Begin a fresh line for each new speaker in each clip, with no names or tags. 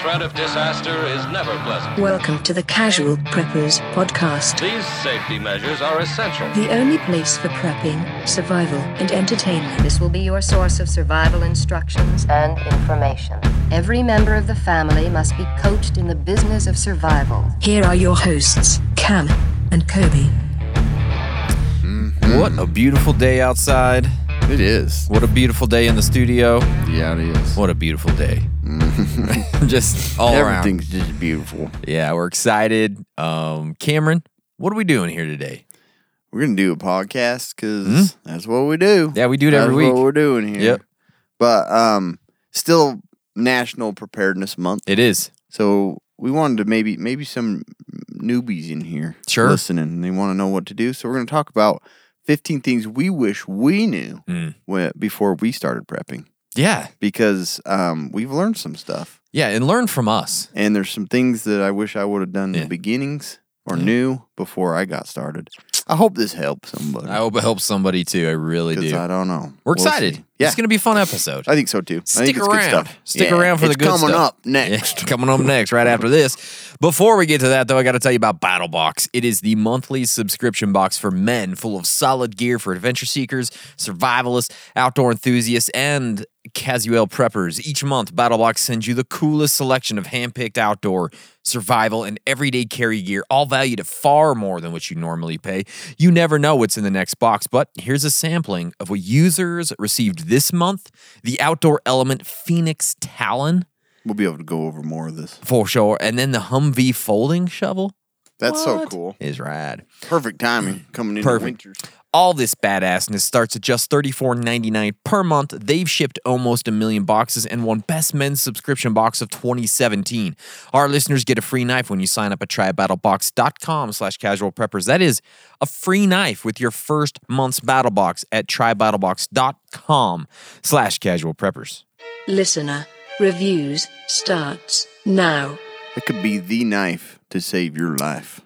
threat of disaster is never pleasant.
Welcome to the Casual Preppers Podcast,
These safety measures are essential.
the only place for prepping, survival, and entertainment.
This will be your source of survival instructions and information. Every member of the family must be coached in the business of survival.
Here are your hosts, Cam and Kobe.
What a beautiful day outside.
It is.
What a beautiful day in the studio.
Yeah, it is.
What a beautiful day. just all around.
Everything's just beautiful.
Yeah, we're excited. Um, Cameron, what are we doing here today?
We're gonna do a podcast because that's what we do.
Mm-hmm. Yeah, we do it every
That's
week.
What we're doing here.
Yep.
But um, still National Preparedness Month,
It is.
so we wanted to maybe maybe some newbies in here
Sure.
listening. and They want to know what to do, so we're gonna talk about 15 things we wish we knew
Mm.
when, before we started prepping
Yeah.
because um, we've learned some stuff.
Yeah, and learn from us.
And there's some things that I wish I would have done in
Yeah.
the beginnings or knew before I got started. I hope this helps somebody.
I hope it helps somebody too. I really
'cause
do.
I don't know.
We're
We'll
excited.
see. Yeah.
It's going to be a fun episode.
I think so too. I
Stick
think it's
around.
good stuff.
Stick
Yeah,
around for the
it's
good
coming
stuff.
up next.
Yeah, coming up next, right after this. Before we get to that, though, I got to tell you about Battle Box. It is the monthly subscription box for men, full of solid gear for adventure seekers, survivalists, outdoor enthusiasts, and casual preppers. Each month, Battle Box sends you the coolest selection of handpicked outdoor survival and everyday carry gear, all valued at far more than what you normally pay. You never know what's in the next box, but here's a sampling of what users received this month: the outdoor element Phoenix Talon.
We'll be able to go over more of this.
For sure. And then the Humvee folding shovel
That's so
What?
cool.
is rad.
Perfect timing coming into
Perfect.
winter.
All this badassness starts at just $34.99 per month. They've shipped almost a million boxes and won Best Men's Subscription Box of 2017. Our listeners get a free knife when you sign up at trybattlebox.com slash casual preppers. That is a free knife with your first month's battle box at trybattlebox.com slash casual preppers.
Listener reviews starts now.
That could be the knife to save your life.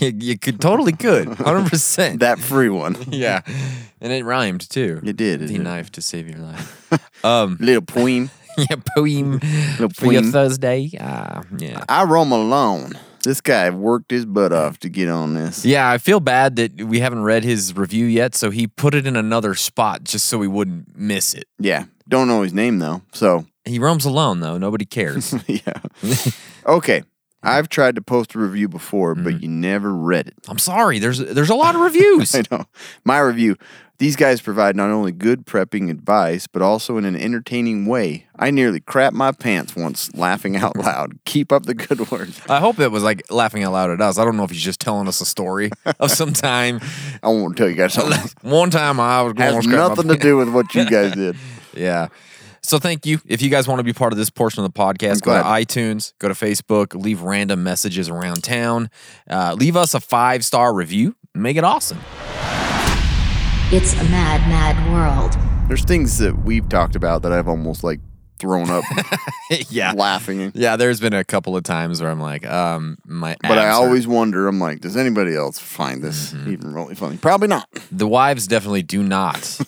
you, you could totally could. 100%.
That free one.
yeah. And it rhymed too.
It did, it
The
did.
knife to save your life. um,
Little queen.
yeah, poem for your
poem.
Thursday. Ah, yeah.
I roam alone. This guy worked his butt off to get on this.
Yeah, I feel bad that we haven't read his review yet, so he put it in another spot just so we wouldn't miss it.
yeah. Don't know his name though. So
He roams alone though; nobody cares.
yeah. Okay. I've tried to post a review before, but you never read it.
I'm sorry. There's there's a lot of reviews.
I know. My review these guys provide not only good prepping advice, but also in an entertaining way. I nearly crap my pants once laughing out loud. Keep up the good work.
I hope it was like laughing out loud at us. I don't know if he's just telling us a story of some time.
I won't tell you guys something.
One time I was going
has nothing to do with what you guys did.
Yeah. So thank you. If you guys want to be part of this portion of the podcast, go to iTunes, go to Facebook, leave random messages around town, uh, leave us a five star review, make it awesome.
It's a mad, mad world.
There's things that we've talked about that I've almost like thrown up
yeah,
laughing.
yeah. There's been a couple of times where I'm like, um, my.
But I
abs hurt.
always wonder, I'm like, does anybody else find this even really funny? Probably not.
the wives definitely do not.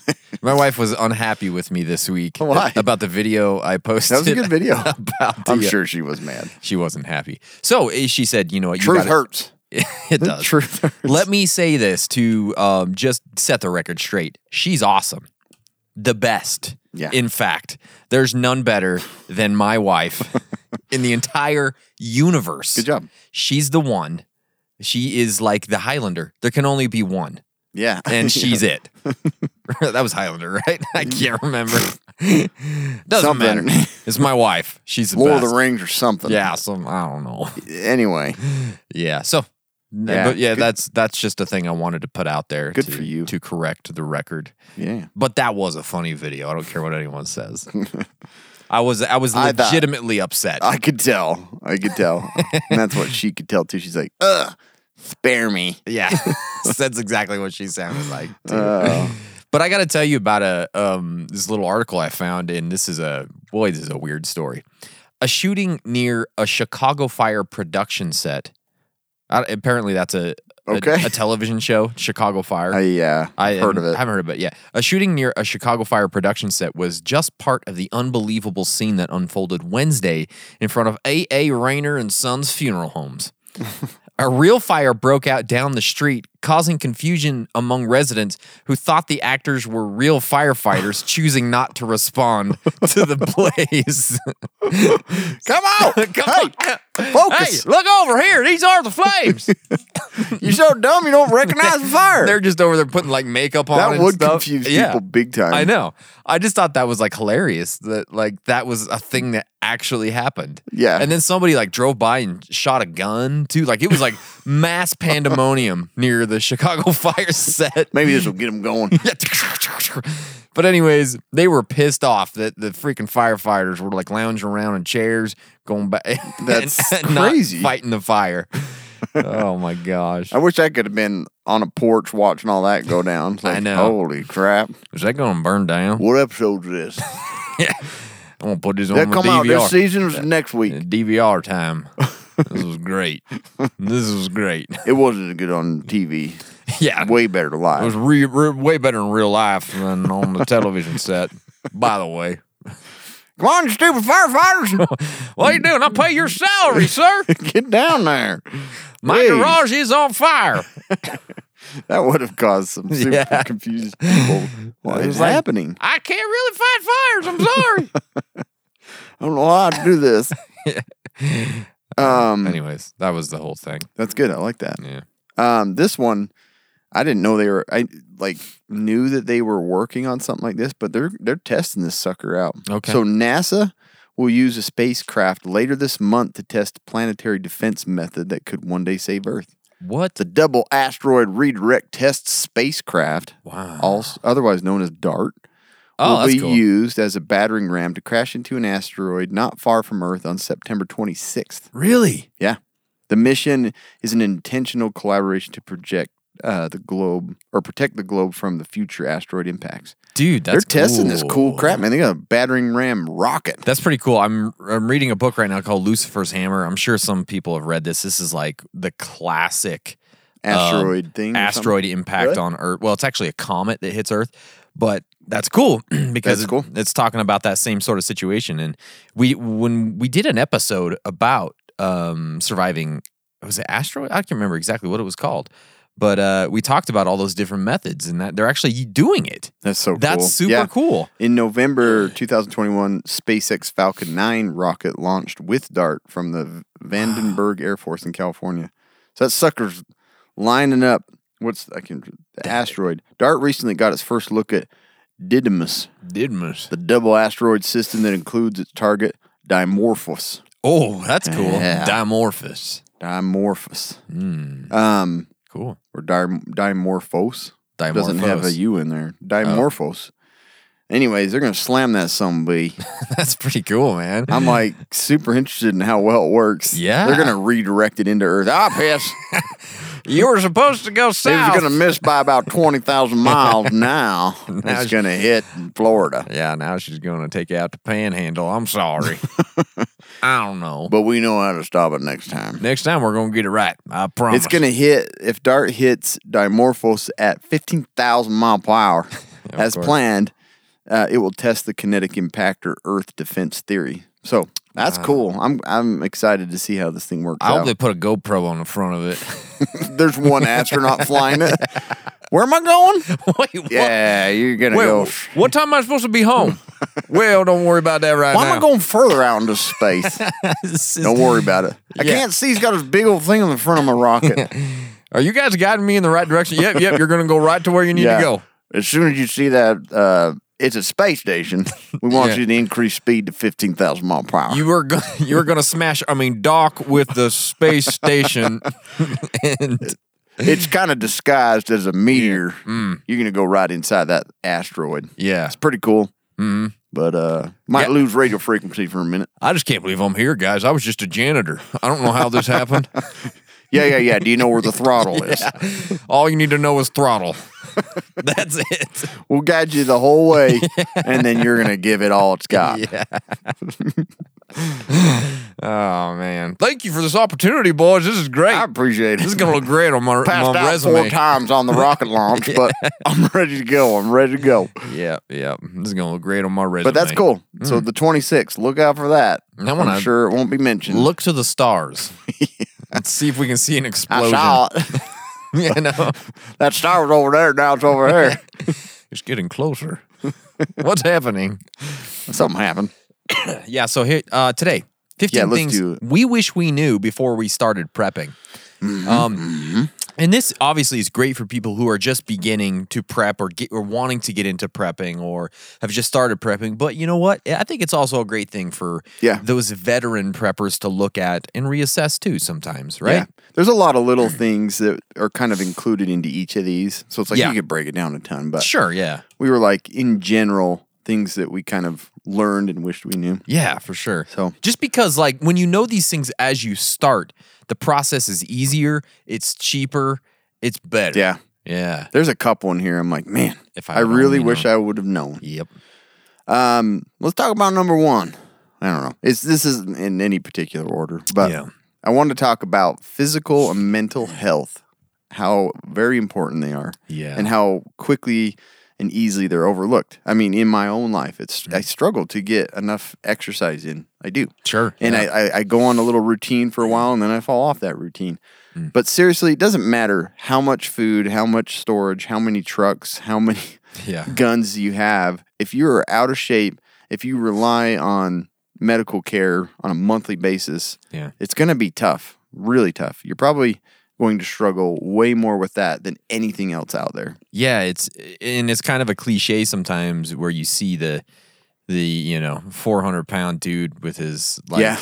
my wife was unhappy with me this week
Why?
about the video I posted.
That was a good video.
About the, uh,
I'm sure she was mad.
she wasn't happy. So eh, she said, you know what, you
Truth
gotta-
hurts.
it does.
Truth hurts.
Let me say this to um, just set the record straight. She's awesome. The best.
Yeah.
In fact, there's none better than my wife in the entire universe.
Good job.
She's the one. She is like the Highlander. There can only be one,
Yeah.
and she's it. that was Highlander, right? I can't remember. Doesn't
Something.
matter. It's my wife. She's the
Lord of
best.
the Rings or something.
Yeah, some I don't know.
Anyway,
Yeah. So, yeah,
Yeah,
but yeah,
good-
that's that's just a thing I wanted to put out there.
Good
to,
for you.
to correct the record.
yeah.
But that was a funny video. I don't care what anyone says. I was I was
I thought-
legitimately upset.
I could tell. I could tell. and that's what she could tell too. She's like, ugh, spare me.
yeah, that's exactly what she sounded like. too.
Uh,
But I got to tell you about a um, this little article I found, and this is a boy, this is a weird story. A shooting near a Chicago Fire production set. I, apparently, that's a a-
Okay.
a, television show, Chicago Fire.
I yeah,
I
heard of
hadn't-
it.
haven't heard of it. Yeah, a shooting near a Chicago Fire production set was just part of the unbelievable scene that unfolded Wednesday in front of A. A. Rayner and Sons funeral homes. a real fire broke out down the street, causing confusion among residents who thought the actors were real firefighters, choosing not to respond to the blaze.
Come out!
Come on.
focus.
Hey, look over here. These are the flames.
You're so dumb you don't recognize the fire.
They're just over there putting like makeup on.
that
and
would
stuff.
confuse
Yeah.
people big time.
I know. I just thought that was like hilarious that like that was a thing that actually happened.
Yeah.
And then somebody like drove by and shot a gun too. Like it was like mass pandemonium near the Chicago fire set.
Maybe this will get them going.
But anyways, they were pissed off that the freaking firefighters were like lounging around in chairs, going back.
That's
and, not
crazy.
fighting the fire. oh my gosh!
I wish I could have been on a porch watching all that go down. It's
I
like,
know.
Holy crap!
Is that going to burn down?
What episode's this?
I'm gonna put this on
that
my
come out
DVR.
this season or next week?
DVR time. this was great. This was great.
It wasn't as good on TV.
Yeah,
Way better
it was
live.
re- re- way better in real life than on the television set. By the way,
Come on, you stupid firefighters!
what are you doing? I pay your salary, sir.
get down there.
My
Hey.
garage is on fire.
That would have caused some super
Yeah.
confused people. What is happening?
I can't really fight fires. I'm sorry.
I don't know how to do this. um,
Anyways, that was the whole thing.
that's good. I like that.
Yeah.
Um, this one, I didn't know they were. I like knew that they were working on something like this, but they're they're testing this sucker out.
Okay.
So NASA will use a spacecraft later this month to test planetary defense method that could one day save Earth.
What?
It's a double asteroid redirect test spacecraft,
Wow.
also otherwise known as DART
Oh,
will
that's
be
cool.
used as a battering ram to crash into an asteroid not far from Earth on September 26th.
Really?
Yeah. The mission is an intentional collaboration to project uh, the globe or protect the globe from the future asteroid impacts.
Dude, that's
They're testing this cool
cool
crap, man. They got a battering ram rocket.
That's pretty cool. I'm I'm reading a book right now called Lucifer's Hammer. I'm sure some people have read this. This is like the classic um,
Asteroid thing or something?
asteroid impact
Mm, Really?
on Earth. Well, it's actually a comet that hits Earth, but that's cool because
That's cool.
it- it's talking about that same sort of situation. And we when we did an episode about um, surviving, was it asteroid? I can't remember exactly what it was called. But uh, we talked about all those different methods and that they're actually doing it.
That's so
That's
cool.
super
Yeah.
cool.
In November 2021, SpaceX Falcon 9 rocket launched with DART from the Vandenberg Air Force in California. So that sucker's lining up. What's I can the asteroid? DART recently got its first look at Didymus,
Didmus.
the double asteroid system that includes its target Dimorphos.
Oh, that's cool.
Yeah.
Dimorphos.
Dimorphos, um,
Cool.
or dim- Dimorphos. Doesn't have a
Dimorphos.
U in there. Dimorphos. Anyways, they're gonna slam that zombie.
That's pretty cool, man.
I'm like super interested in how well it works.
Yeah.
They're gonna redirect it into Earth. Ah piss.
you were supposed to go
It
south.
was gonna miss by about twenty thousand miles now. it's gonna hit Florida.
yeah, now she's going to take out the panhandle. I'm sorry. I don't know.
But we know how to stop it next time.
Next time we're going to get it right. I promise.
It's gonna hit if Dart hits Dimorphos at fifteen thousand mile per hour as
course.
planned, uh, it will test the kinetic impactor Earth defense theory. So that's cool. I'm I'm excited to see how this thing works
I hope
out.
they put a GoPro on the front of it.
There's one astronaut flying it. Where am I going?
Wait, what?
Yeah, you're gonna
Well,
go.
what time am I supposed to be home? well, don't worry about that right
Why
now.
am I going further out into space?
This is-
Don't worry about it. I
Yeah.
can't see. He's got this big old thing on the front of my rocket.
Are you guys guiding me in the right direction? Yep, yep. You're going to go right to where you need
yeah.
to go.
As soon as you see that, uh, it's a space station. We want
Yeah.
you to increase speed to fifteen thousand mile per hour.
You were go- you were going to smash. I mean, dock with the space station, and
it's kind of disguised as a meteor.
Mm.
You're gonna go right inside that asteroid.
yeah.
It's pretty cool. Mm-hmm. But uh,
Yeah.
might lose radio frequency for a minute.
I just can't believe I'm here, guys. I was just a janitor. I don't know how this happened.
Yeah, yeah, yeah. Do you know where the throttle is?
All you need to know is throttle. That's it.
We'll guide you the whole way, and then you're gonna give it all it's got.
Oh man! Thank you for this opportunity, boys. This is great.
I appreciate it.
This is gonna look great on my,
Passed
my
out four
resume.
times on the rocket launch, but I'm ready to go. I'm ready to go.
Yeah, yeah. This is gonna look great on my resume.
But that's cool. So the 26th, look out for that.
Mm. That one I-
I'm sure it won't be mentioned.
Look to the stars. Let's see if we can see an
I
explosion.
saw it.
yeah, I know.
that star was over there. Now it's over there.
It's getting closer. What's happening?
Something happened.
Yeah. So here uh, today, fifteen
Yeah, let's
things
do it.
we wish we knew before we started prepping.
Mm-hmm,
Um, and this obviously is great for people who are just beginning to prep or get or wanting to get into prepping or have just started prepping. But you know what? I think it's also a great thing for
Yeah.
those veteran preppers to look at and reassess too. Sometimes, right?
Yeah. There's a lot of little things that are kind of included into each of these. So it's like
Yeah.
you could break it down a ton, but
Sure. Yeah.
we were like in general things that we kind of learned and wished we knew.
Yeah, for sure.
So-
just because like when you know these things as you start, the process is easier, it's cheaper, it's better.
Yeah.
Yeah.
There's a couple in here. I'm like, man,
If
if
I
I,
would've
really
only
wish
known.
I would have known.
Yep.
Um, let's talk about number one. I don't know. It's this isn't in any particular order, but
Yeah.
I wanted to talk about physical and mental health, how very important they are,
Yeah.
and how quickly and easily they're overlooked. I mean, in my own life, it's I struggle to get enough exercise in. I do,
Mm-hmm. Sure,
and
yeah.
I, I I go on a little routine for a while, and then I fall off that routine.
Mm.
But seriously, it doesn't matter how much food, how much storage, how many trucks, how many
Yeah.
guns you have, if you are out of shape, if you rely on medical care on a monthly basis,
Yeah.
it's going to be tough, really tough. You're probably going to struggle way more with that than anything else out there.
Yeah, it's and it's kind of a cliche sometimes where you see the the, you know, 400 pound dude with his like
Yeah.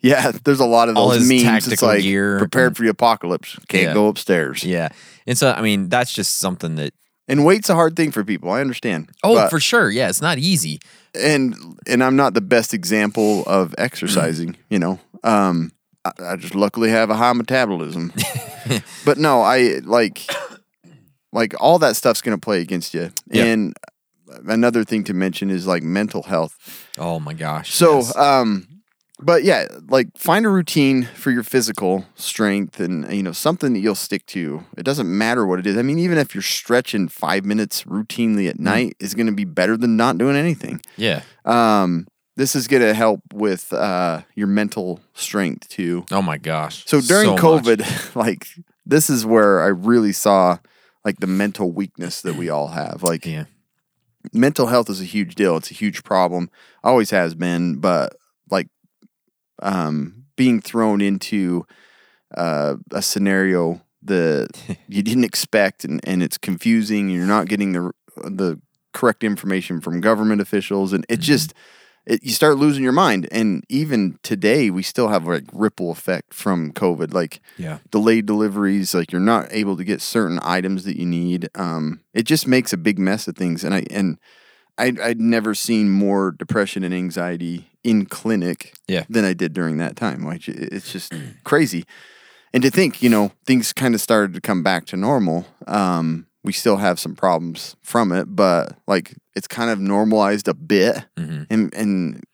Yeah, there's a lot of
All
those
his
memes. It's
tactical
like
gear.
prepared for the apocalypse, can't
Yeah.
go upstairs.
yeah. And so I mean, that's just something that
And weight's a hard thing for people. I understand.
Oh,
But-
for sure. Yeah, it's not easy.
and and I'm not the best example of
Mm.
exercising, you know. Um, I, I just luckily have a high metabolism, but no, I like like all that stuff's gonna play against you.
Yeah.
And another thing to mention is like mental health.
Oh my gosh.
So,
yes.
um, but yeah, like find a routine for your physical strength and, you know, something that you'll stick to. It doesn't matter what it is. I mean, even if you're stretching five minutes routinely
Mm.
at night is going to be better than not doing anything
yeah.
um, this is going to help with uh, your mental strength too.
Oh my gosh.
So during
much.
COVID, like this is where I really saw like the mental weakness that we all have. Like
Yeah.
mental health is a huge deal. It's a huge problem. Always has been, but like um, being thrown into uh, a scenario that you didn't expect and, and it's confusing and you're not getting the the correct information from government officials and it just it, you start losing your mind and even today we still have like ripple effect from covid like
Yeah.
delayed deliveries like you're not able to get certain items that you need um it just makes a big mess of things and i and I, i'd never seen more depression and anxiety in clinic
Yeah.
than i did during that time like it- it's just crazy and to think you know things kind of started to come back to normal um we still have some problems from it but like it's kind of normalized a bit
Mhm.
and and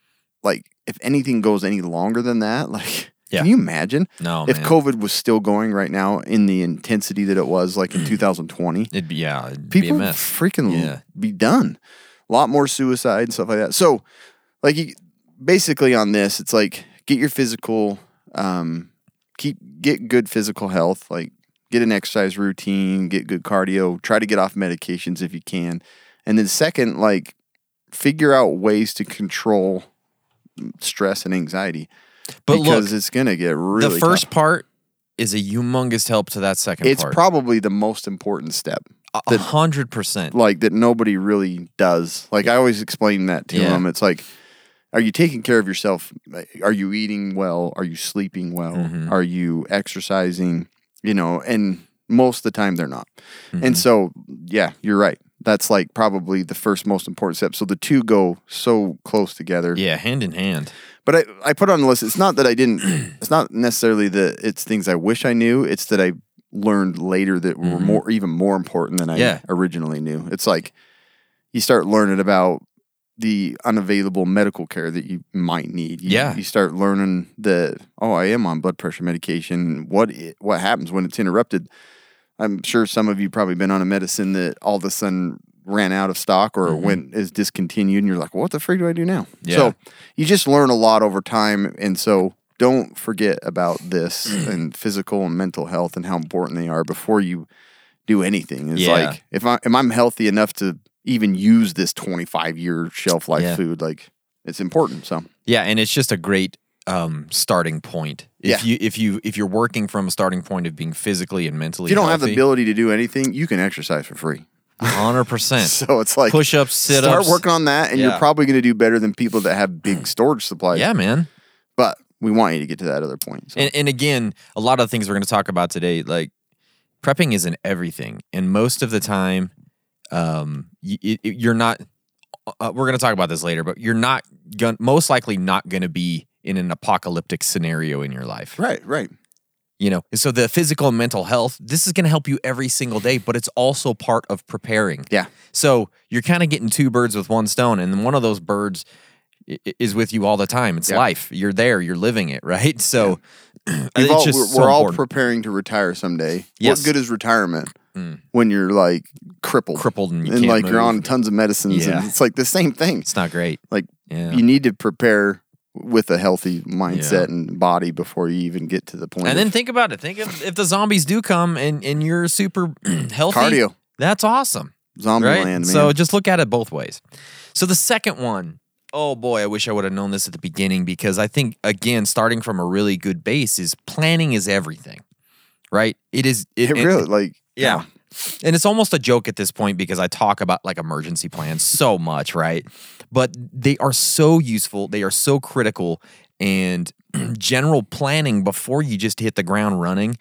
like if anything goes any longer than that like
Yeah.
can you imagine
No,
if
Oh, man.
COVID was still going right now in the intensity that it was like
Mm.
in 2020,
It'd be yeah, it'd be a
people would
mess.
freaking
Yeah.
be done. A lot more suicide and stuff like that. So, like, you, basically on this, it's like get your physical, um, keep get good physical health. Like, get an exercise routine, get good cardio. Try to get off medications if you can, and then second, like, figure out ways to control mm, stress and anxiety
But look,
because it's gonna get really
the
tough.
first part is a humongous help to that second
it's
part.
probably the most important step
a hundred percent.
like that nobody really does like i always explain that to
Yeah.
them it's like are you taking care of yourself are you eating well are you sleeping well
Mm-hmm.
are you exercising you know and most of the time they're not
Mm-hmm.
and so yeah you're right that's like probably the first most important step so the two go so close together
Yeah, hand in hand.
but I, I put on the list. It's not that I didn't. It's not necessarily that it's things I wish I knew. It's that I learned later that were more even more important than I
Mm-hmm. Yeah.
originally knew. It's like you start learning about the unavailable medical care that you might need. You,
Yeah.
you start learning that oh, I am on blood pressure medication. What i- what happens when it's interrupted? I'm sure some of you probably been on a medicine that all of a sudden ran out of stock or went is discontinued, and you're like, what the freak do I do now?
Mm-hmm. Yeah.
So you just learn a lot over time, and so. Don't forget about this and physical and mental health and how important they are before you do anything. It's
Yeah.
like if I am I'm healthy enough to even use this 25 year shelf life
Yeah.
food, like it's important. So
Yeah, and it's just a great um, starting point. If
Yeah.
you if you if you're working from a starting point of being physically and mentally,
if you don't have the ability to do anything, you can exercise for free.
hundred percent.
So it's like
Push-ups, sit-ups.
Start working on that, and
Yeah. Hmm.
you're probably going to do better than people that have big storage supplies.
Yeah, man.
but we want you to get to that other point. So.
And, and again, a lot of the things we're going to talk about today, like prepping isn't everything. And most of the time, um, y- it, it- you're not, uh, we're going to talk about this later, but you're not going, most likely not going to be in an apocalyptic scenario in your life.
right, right.
You know, so the physical and mental health, this is going to help you every single day, but it's also part of preparing.
Yeah.
So you're kind of getting two birds with one stone, and one of those birds i- i- is with you all the time. It's
Yeah.
life. You're there. You're living it, right? So
We've
Uh, it's
all-
just
we're
so
we're all
important.
preparing to retire someday.
Yes. Hmm.
What good is retirement when you're like crippled,
Crippled and you can't
like you're
move.
on tons of medicines?
Yeah.
And it's like the same thing.
it's not great.
Like
Yeah.
you need to prepare with a healthy mindset and body before you even get to the point.
And then
of-
think about it. Think if, if the zombies do come and, and you're super healthy,
Cardio.
that's awesome.
zombie
right?
land, man.
So just look at it both ways. So the second one, oh boy, I wish I would have known this at the beginning because I think again, starting from a really good base is planning is everything. Right? It is
it really like
yeah. And it's almost a joke at this point because I talk about like emergency plans so much, right? But they are so useful, they are so critical and general planning before you just hit the ground running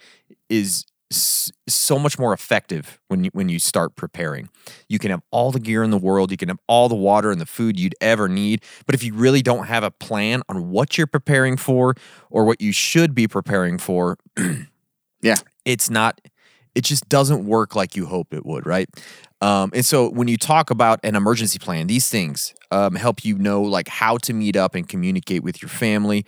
is s- so much more effective when you, when you start preparing. You can have all the gear in the world, you can have all the water and the food you'd ever need, but if you really don't have a plan on what you're preparing for or what you should be preparing for,
yeah,
it's not it just doesn't work like you hope it would right um, and so when you talk about an emergency plan these things um, help you know like how to meet up and communicate with your family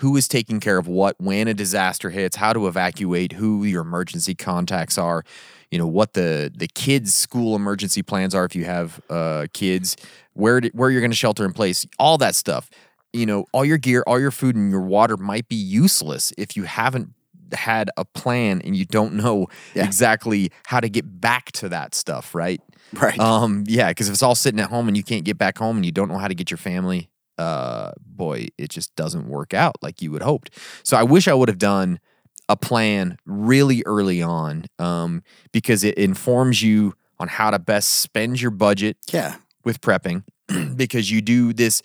who is taking care of what when a disaster hits how to evacuate who your emergency contacts are you know what the the kids school emergency plans are if you have uh, kids where to- where you're going to shelter in place all that stuff you know all your gear all your food and your water might be useless if you haven't had a plan and you don't know
Yeah.
exactly how to get back to that stuff right
right.
um yeah because if it's all sitting at home and you can't get back home and you don't know how to get your family uh boy it just doesn't work out like you would hoped so i wish i would have done a plan really early on um because it informs you on how to best spend your budget
yeah.
with prepping because you do this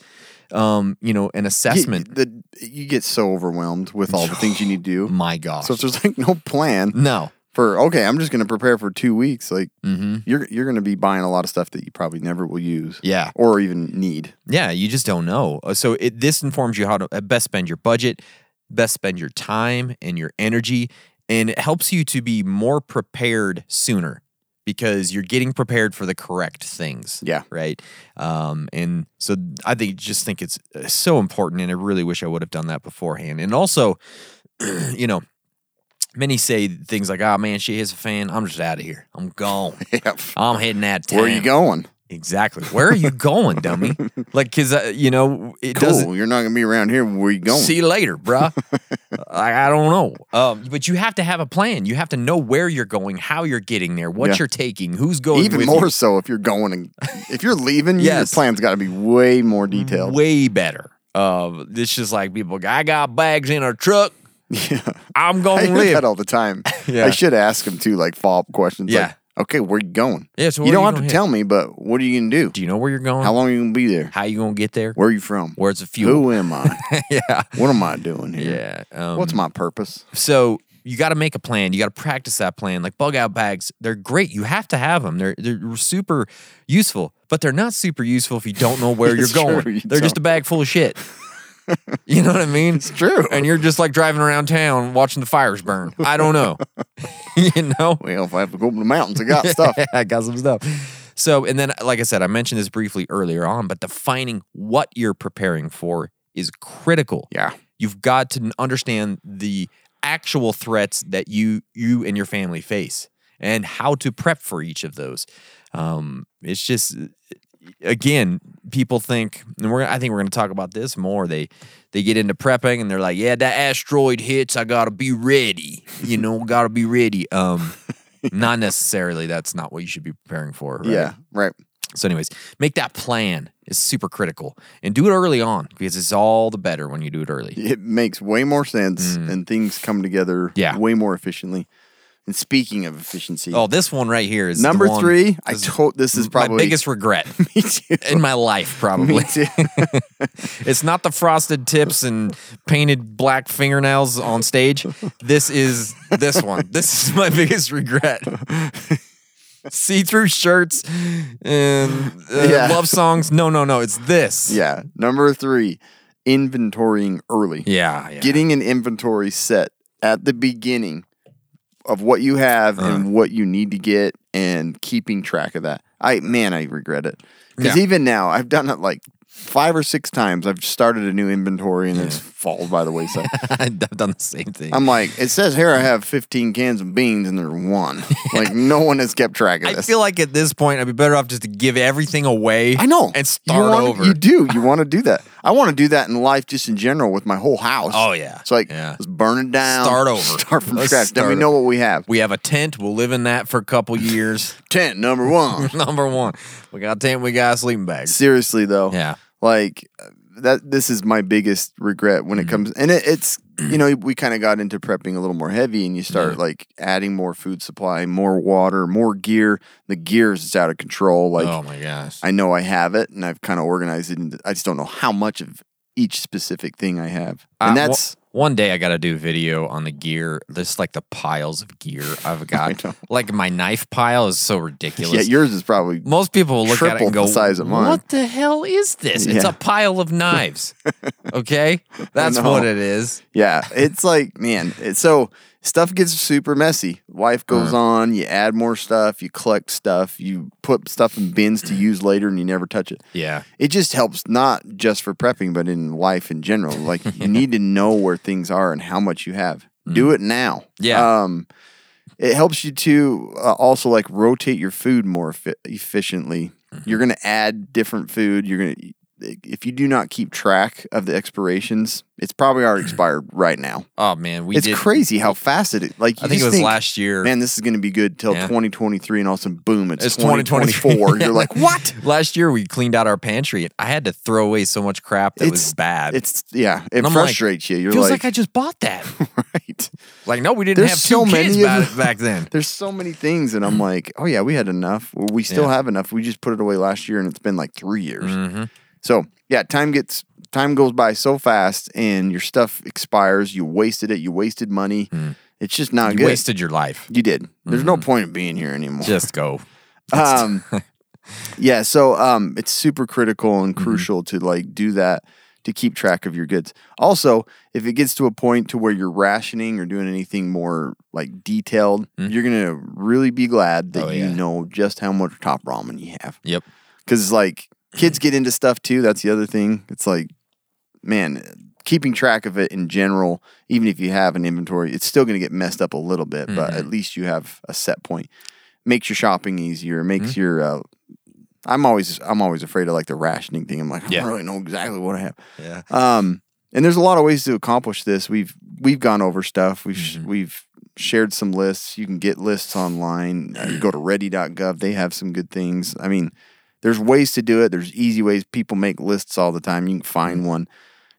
um you know an assessment Oh
You, the, you get so overwhelmed with all the things you need to do.
my gosh
So if there's like no plan
no
for okay, I'm just going to prepare for two weeks. Like
mm-hmm.
you're you're going to be buying a lot of stuff that you probably never will use.
Yeah.
or even need.
Yeah, you just don't know. Uh, So it, this informs you how to uh, best spend your budget, best spend your time and your energy, and it helps you to be more prepared sooner because you're getting prepared for the correct things.
Yeah.
Right. Um, and so I think just think it's uh, so important, and I really wish I would have done that beforehand. And also, you know. Many say things like, "Oh man, she is a fan. I'm just out of here. I'm gone.
Yep.
I'm heading out of town."
Where are you going?
Exactly. Where are you going, dummy? Like, cause uh, you know it doesn't.
Cool. You're not going to be around here. Where are you going?
See you later, bruh. I, I don't know. Um, but you have to have a plan. You have to know where you're going, how you're getting there, what
Yeah.
you're taking, who's going.
even
with
more
you.
so if you're going and if you're leaving, your
Yes.
plan's got to be way more detailed.
way better. Uh, it's just like people. go, I got bags in a truck.
yeah.
I'm
I
gonna
hear
live.
that all the time.
Yeah.
I should ask him too, like follow up questions.
Yeah.
Like, okay, where you going?
Yeah, so where
you don't
you
have to
gonna hit?
tell me, but what are you gonna do?
Do you know where you're going?
How long are you gonna be there?
How you gonna get there?
Where are you from?
Where's the fuel?
Who am I?
yeah.
what am I doing here?
Yeah. Um,
What's my purpose?
so you got to make a plan. You got to practice that plan. Like bug out bags, they're great. You have to have them. They're they're super useful, but they're not super useful if you don't know where you're
It's true,
going.
you
they're just a
don't.
bag full of shit. you know what I mean? It's
true.
And you're just like driving around town watching the fires burn. I don't know. you know?
Well, if I have to go up in the mountains, I got stuff.
I got some stuff. So, and then, like I said, I mentioned this briefly earlier on, but defining what you're preparing for is critical.
Yeah.
You've got to understand the actual threats that you you and your family face and how to prep for each of those. Um, it's just uh, again, people think, and we're I think we're going to talk about this more. They they get into prepping and they're like, yeah, that asteroid hits, I gotta be ready. You know, gotta be ready. Um, not necessarily. That's not what you should be preparing for. Right?
Yeah. Right.
So, anyways, make that plan. It's super critical and do it early on because it's all the better when you do it early.
It makes way more sense and things come together
Mm. Yeah.
way more efficiently. And speaking of efficiency,
Oh, this one right here is the
number
one-
three, I
this is
told this is probably
my biggest regret
me too.
in my life. Probably
Me too.
it's not the frosted tips and painted black fingernails on stage. This is this one. This is my biggest regret. See-through shirts and uh,
Yeah.
love songs. No, no, no. It's this.
yeah. Number three, inventorying early.
yeah, yeah.
Getting an inventory set at the beginning of what you have
Uh-huh.
and what you need to get and keeping track of that. I man, I regret it. Because
Yeah.
even now I've done it like five or six times. I've started a new inventory and it's falls by the wayside.
I've done the same thing.
I'm like, it says here I have 15 cans of beans and there's one. Like no one has kept track of
I
this.
feel like at this point, I'd be better off just to give everything away.
I know.
and
You
start
wanna-
over.
You do. You want to do that. I want to do that in life just in general with my whole house.
Oh, yeah.
It's like,
Yeah.
let's burn it down.
Start over.
Start from
Let's
scratch. then we
start
know
over.
what we have.
We have a tent. We'll live in that for a couple years.
Tent number one.
Number one, we got a tent. We got a sleeping bag.
Seriously, though.
Yeah.
Like, that. this is my biggest regret
Mm-hmm.
when it comes. And it, it's, you know, we kind of got into prepping a little more heavy and you start like adding more food supply, more water, more gear. The gear is just out of control. Like,
oh my gosh.
I know I have it and I've kind of organized it. And I just don't know how much of each specific thing I have. And
I-
that's
one- one day I got to do video on the gear. Just like the piles of gear I've got.
know.
like my knife pile is so ridiculous.
yeah, yours is probably
Most people will look at it
Triple
and go,
the size of mine.
"What the hell is this? It's
Yeah.
a pile of knives." okay, that's
know.
what it is.
yeah. It's like man, it's so stuff gets super messy. Life goes on. You add more stuff. You collect stuff. You put stuff in bins to use later, and you never touch it.
Yeah.
It just helps not just for prepping, but in life in general. Like you need to know where things are and how much you have. Do it now.
Mm-hmm. Yeah.
Um, it helps you to uh, also like rotate your food more effi- efficiently.
Mm-hmm.
You're going to add different food. You're going to if you do not keep track of the expirations, it's probably already expired right now.
Oh man, we
it's
did.
crazy how fast it. Like you
I think
just
it was last year.
Man, this is going to be good till
Yeah.
2023, and all of a sudden, boom! It's,
It's
2024.
2023.
You're like, what?
Last year we cleaned out our pantry. and I had to throw away so much crap that was bad.
It's yeah, it
And I'm like,
frustrates you. You're
feels
like,
like, I just bought that.
right.
like no, we didn't
There's
have
so
two kids
many of
back,
them.
back then.
There's so many things, and I'm like, oh yeah, we had enough. Or we still
Mm-hmm. Yeah. Mm-hmm.
have enough. We just put it away last year, and it's been like three years. So yeah, time gets time goes by so fast, and your stuff expires. You wasted it. You wasted money. It's just not
Hmm. You
good.
wasted Mm-hmm. your life.
You did. There's no point in being here anymore.
Just go.
um, yeah, so um, it's super critical
Mm-hmm.
and crucial to like do that to keep track of your goods. Also, if it gets to a point to where you're rationing or doing anything more like detailed, you're gonna really be glad that
Mm-hmm. Oh,
you
yeah.
know just how much top ramen you have.
Yep.
Because like kids get into stuff too. That's the other thing. It's like, man, keeping track of it in general, even if you have an inventory, it's still going to get messed up a little bit. But at least you have a set point. Makes your shopping easier. Makes your. Uh, I'm always I'm always afraid of like the rationing thing. I'm like I
Yeah.
don't really know exactly what I have.
Yeah.
Um, and there's a lot of ways to accomplish this. We've we've gone over stuff. We've
Mm-hmm.
we've shared some lists. You can get lists online. Uh, go to ready.gov. They have some good things. I mean, there's ways to do it. There's easy ways. People make lists all the time. You can find one.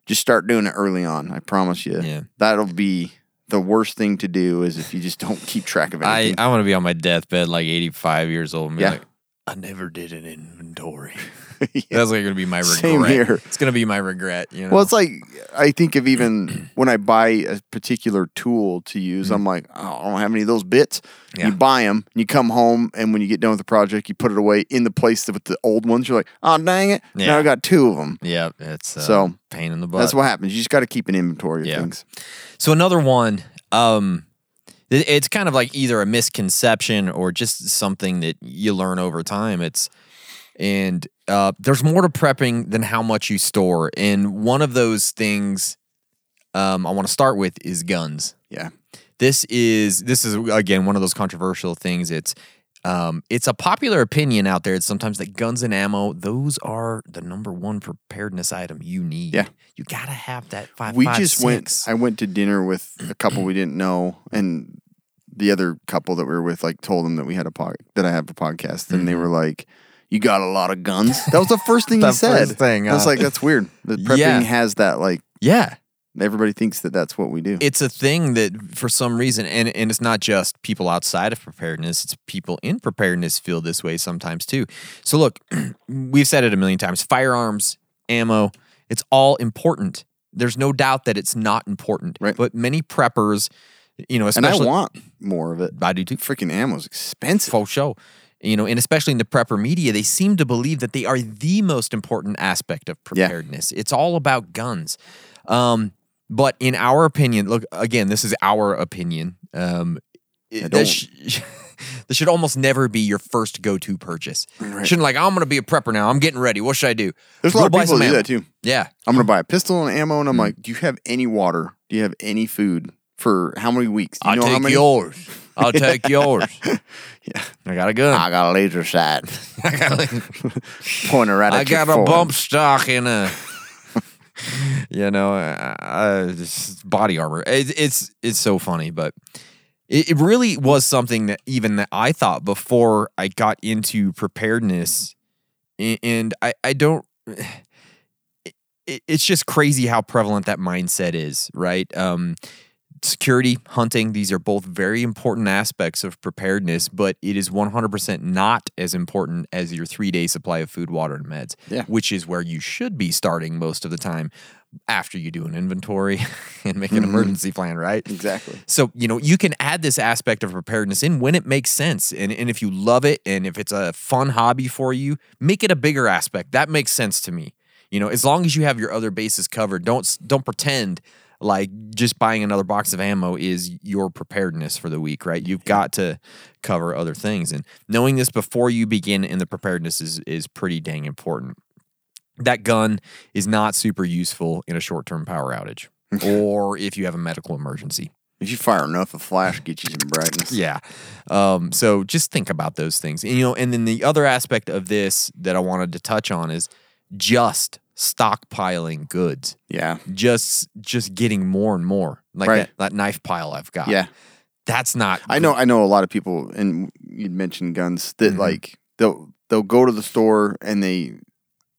Just start doing it early on. I promise you.
Mm-hmm. Yeah.
That'll be the worst thing to do is if you just don't keep track of
I,
anything.
I want to be on my deathbed, like 85 years old, and be
Yeah.
like, I never did an inventory. That's like going to be my regret.
Same here.
It's going to be my regret. You know?
Well, it's like I think of even when I buy a particular tool to use, I'm like, oh, I don't have any of those bits.
Mm-hmm. Yeah.
You buy them, you come home, and when you get done with the project, you put it away in the place with the old ones. You're like, oh, dang it. Now
Yeah.
I got two of them.
yeah, it's uh,
So,
pain in the butt.
That's what happens. You just got to keep an inventory of
Yeah.
things.
So another one. Um, It- It's kind of like either a misconception or just something that you learn over time. It's and uh, there's more to prepping than how much you store. And one of those things um, I want to start with is guns.
Yeah.
This is this is again one of those controversial things. It's um, it's a popular opinion out there. It's sometimes that guns and ammo those are the number one preparedness item you need.
Yeah.
you gotta have that five.
we
five,
just went
six.
i went to dinner with a couple we didn't know and the other couple that we were with like told them that we had a pod that i have a podcast and they were like you got a lot of guns that was the first thing
Mm-hmm. The
he said
first thing,
i was
uh,
like that's weird the prepping
Yeah.
has that like
yeah,
everybody thinks that that's what we do
it's a thing that for some reason and, and it's not just people outside of preparedness it's people in preparedness feel this way sometimes too so look we've said it a million times firearms ammo it's all important there's no doubt that it's not important
Right.
but many preppers you know
and i
especially
want more of it
I do too
freaking ammo's expensive
for show you know and especially in the prepper media they seem to believe that they are the most important aspect of
Yeah.
preparedness it's all about guns um but in our opinion look again this is our opinion um it-
don't-
this, sh- this should almost never be your first go-to purchase
Right.
shouldn't like i'm gonna be a prepper now i'm getting ready what should i do
there's a
Go
lot of
buy
people
some
that do
ammo.
that too
yeah
i'm gonna buy a pistol and ammo and
Mm.
i'm like do you have any water do you have any food for how many weeks Do you
i'll
know how
take
many
yours i'll take yours yeah i got a gun
i got a laser sight
I got-
pointer right at
I
your
got a
forehead.
bump stock and a, you know, uh, uh, just body armor. It, it's it's so funny, but it, it really was something that even that I thought before I got into preparedness, A- and I I don't. It, it's just crazy how prevalent that mindset is, right? Um, security, hunting, these are both very important aspects of preparedness, but it is 100% not as important as your three day supply of food, water, and meds,
Yeah.
which is where you should be starting most of the time after you do an inventory and make an emergency plan, right?
Mm-hmm. Exactly.
So, you know, you can add this aspect of preparedness in when it makes sense. And, and if you love it and if it's a fun hobby for you, make it a bigger aspect. That makes sense to me. You know, as long as you have your other bases covered, don't s- don't pretend like just buying another box of ammo is your preparedness for the week, right? You've got to cover other things. And knowing this before you begin in the preparedness is is pretty dang important that gun is not super useful in a short-term power outage or if you have a medical emergency.
If you fire enough, a flash gets you some brightness.
Yeah. Um, so just think about those things. And, you know, and then the other aspect of this that I wanted to touch on is just stockpiling goods.
Yeah.
Just just getting more and more. Like
Right.
that, that knife pile I've got.
Yeah.
That's not
I know. I know a lot of people, and you'd mentioned guns
Mm-hmm.
that like they'll they'll go to the store and they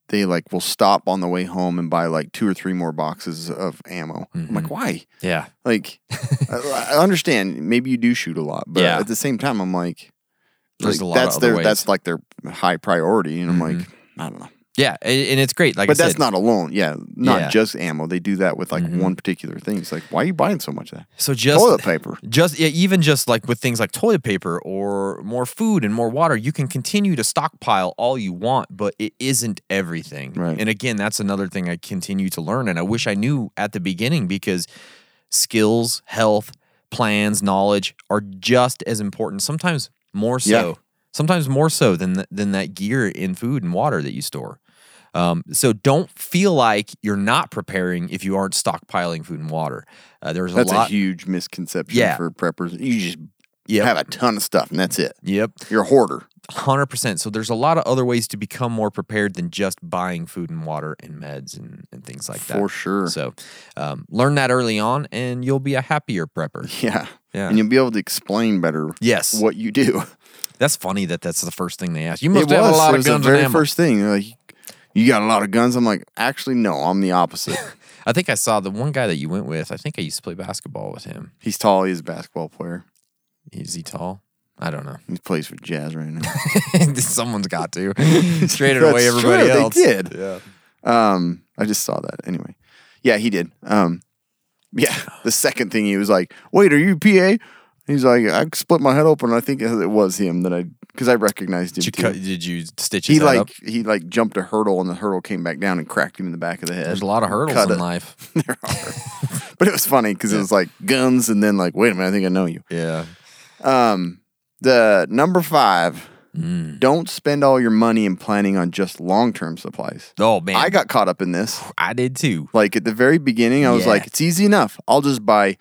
they like will stop on the way home and buy like two or three more boxes of ammo. I'm
Mm-hmm.
like, why?
Yeah.
Like, I, I understand. Maybe you do shoot a lot, but
Yeah.
at the same time, I'm like,
There's a
like,
lot of
that's
other
their
ways. Mm-hmm.
that's like their high priority, and I'm like, I don't know.
Yeah. And, and it's great. Like I
but that's
said,
not alone. Yeah, not
Yeah.
just ammo. They do that with like one particular thing. It's like, why are you buying so much of that?
so just
Toilet paper.
just yeah, even just like with things like toilet paper or more food and more water you can continue to stockpile all you want but it isn't everything
Right.
and again that's another thing i continue to learn and i wish i knew at the beginning because skills health plans knowledge are just as important sometimes more so
Yeah.
sometimes more so than th- than that gear in food and water that you store um, so don't feel like you're not preparing if you aren't stockpiling food and water. Uh, there's a
That's a,
lot.
huge misconception
Yeah.
for preppers. You just
Yep.
have a ton of stuff and that's it.
Yep.
You're a hoarder.
100%. So there's a lot of other ways to become more prepared than just buying food and water and meds and, and things like that.
For sure.
So um, learn that early on and you'll be a happier prepper.
Yeah.
Yeah.
And you'll be able to explain better
Yes.
what you do.
That's funny that that's the first thing they ask. You must have
was,
a lot
it
of
was
guns
the very
and ammo.
first thing. They're like, you got a lot of guns. I'm like, actually, no, I'm the opposite.
I think I saw the one guy that you went with. I think I used to play basketball with him.
He's tall. He's a basketball player.
Is he tall? I don't know.
He plays for Jazz right now.
Someone's got to. Traded away
That's
everybody
true,
else.
They did. Yeah. Um, I just saw that anyway. Yeah, he did. Um, yeah. The second thing he was like, "Wait, are you PA?" He's like, "I split my head open." I think it was him that I because I recognized him.
Did you,
too.
cut, did you stitch his
he
head
like
up?
he like jumped a hurdle and the hurdle came back down and cracked him in the back of the head.
There's a lot of hurdles
Cut
in
it.
life.
There are. but But it was funny because it was like guns and then like, wait a minute, I think I know you.
Yeah.
Um, the number five,
Mm.
don't spend all your money in planning on just long term supplies.
Oh man,
I got caught up in this.
I did too.
Like at the very beginning, I was
Yeah. Hmm.
like, it's easy enough. I'll just buy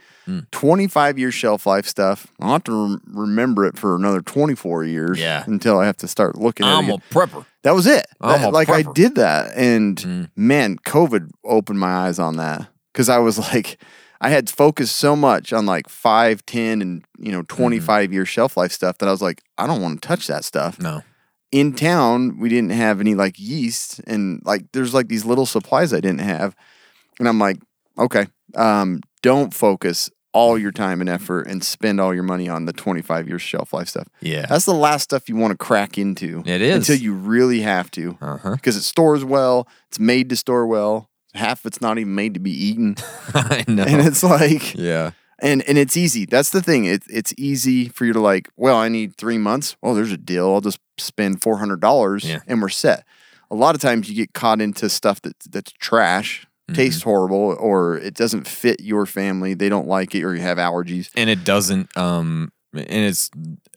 25 year shelf life stuff. I'll have to rem- remember it for another 24 years
Yeah.
until I have to start looking at it.
I'm a
again.
prepper.
that was it.
I'm a
That- like I
prepper. Hmm.
did that. And man, COVID opened my eyes on that because I was like, I had focused so much on like 5, 10, and you know,
Mm-hmm.
25 year shelf life stuff that I was like, I don't want to touch that stuff
No.
in town we didn't have any like yeast and like there's like these little supplies I didn't have. And I'm like, okay, um, don't focus all your time and effort and spend all your money on the 25 year shelf life stuff.
Yeah.
That's the last stuff you want to crack into.
It is.
Until you really have to.
Uh-huh.
Because it stores well, it's made to store well. Half of it's not even made to be eaten.
I know.
And it's like
yeah.
and and it's easy. That's the thing. It, it's easy for you to like. Well, I need three months. Oh, there's a deal. I'll just spend four hundred dollars
Yeah.
and we're set. A lot of times you get caught into stuff that that's trash, tastes horrible, or it doesn't fit your family. They don't like it, or you have allergies.
And it doesn't. Um. And it's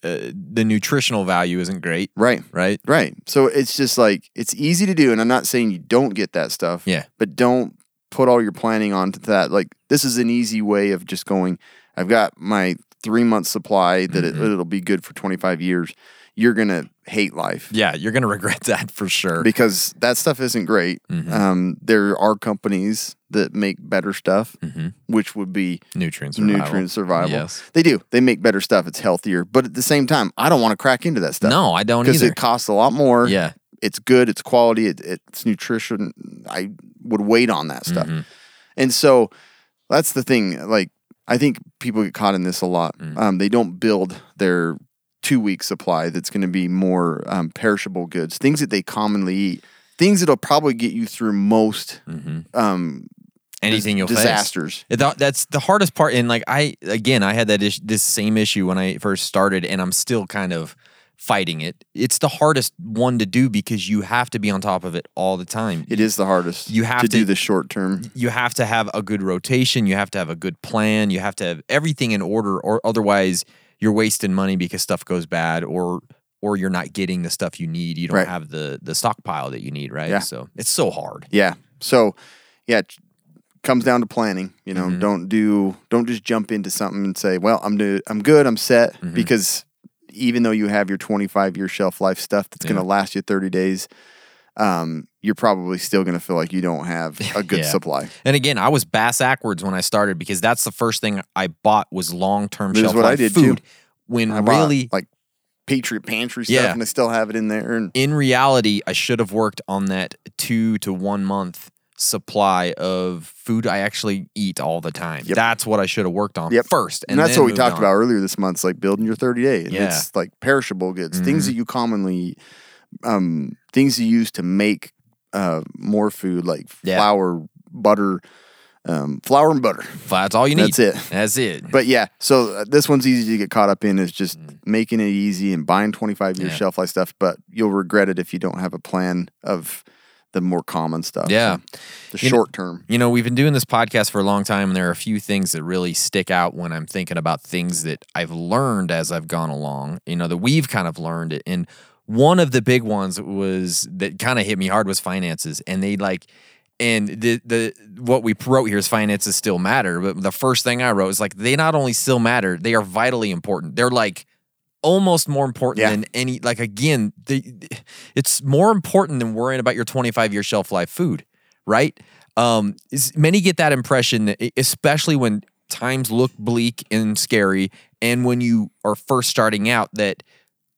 uh, the nutritional value isn't great.
Right.
Right.
Right. So it's just like it's easy to do, and I'm not saying you don't get that stuff.
Yeah.
But don't put all your planning onto that. Like this is an easy way of just going. I've got my three month supply that
Mm-hmm.
it, it'll be good for 25 years. You're gonna hate life
Yeah. You're gonna regret that for sure.
because that stuff isn't great.
Mm-hmm.
Um, there are companies that make better stuff, which would be
nutrients.
nutrient survival.
Mm-hmm. Yes.
They do. They make better stuff. It's healthier, but at the same time, I don't want to crack into that stuff.
No, I don't
because
either.
it costs a lot more
yeah.
it's good, it's quality, it, it's nutrition. I would wait on that stuff.
Mm-hmm.
And so that's the thing. Like, I think people get caught in this a lot.
Mm.
Um, they don't build their two week supply that's going to be more um, perishable goods, things that they commonly eat, things that'll probably get you through most um,
Mm-hmm. Anything you'll face.
disasters.
It- that- That's the hardest part. And like I, again, I had that ish, this same issue when I first started, and I'm still kind of fighting it. It's the hardest one to do because you have to be on top of it all the time.
It is the hardest
You have
to
to-
do the short term.
you have to have a good rotation. You have to have a good plan. You have to have everything in order, or otherwise you're wasting money because stuff goes bad, or or you're not getting the stuff you need. You don't
Right.
have the the stockpile that you need, right?
Yeah.
So it's so hard.
Yeah. So, yeah, it comes down to planning. You know,
Mm-hmm.
don't do don't just jump into something and say, "Well, I'm do, I'm good, I'm set,"
Mm-hmm.
because even though you have your 25 year shelf life stuff that's going to last you 30 days, um, you're probably still going to feel like you don't have a good
Yeah.
supply.
And again, I was bass backwards when I started because that's the first thing I bought was long term
This is
shelf
what I
life
did, too.
food. When
I bought,
really,
like Patriot Pantry stuff,
Yeah.
and I still have it in there. And
in reality, I should have worked on that two to one month supply of food I actually eat all the time.
Yep.
That's what I should have worked on
Yep.
first.
and, that's
then
what we
moved
talked
on.
about earlier this month. It's like building your 30 day. And
Yeah. Mm-hmm.
It's like perishable goods, things that you commonly eat, um, things you use to make uh, more food, like
Yeah.
flour, butter, um, flour and butter.
That's all you need.
That's it.
That's it.
But yeah, so uh, this one's easy to get caught up in is just making it easy and buying 25 year
Mm. Yeah.
shelf life stuff, but you'll regret it if you don't have a plan of the more common stuff.
Yeah.
The
You know-
short term.
You know, we've been doing this podcast for a long time, and there are a few things that really stick out when I'm thinking about things that I've learned as I've gone along, you know, that we've kind of learned. And one of the big ones was that kind of hit me hard was finances. And they like, and the the what we wrote here is finances still matter. But the first thing I wrote is like they not only still matter, they are vitally important. They're like almost more important
Yeah.
than any like again, the it's more important than worrying about your 25 year shelf life food, right? Um, is- many get that impression, that, e, especially when times look bleak and scary, and when you are first starting out, that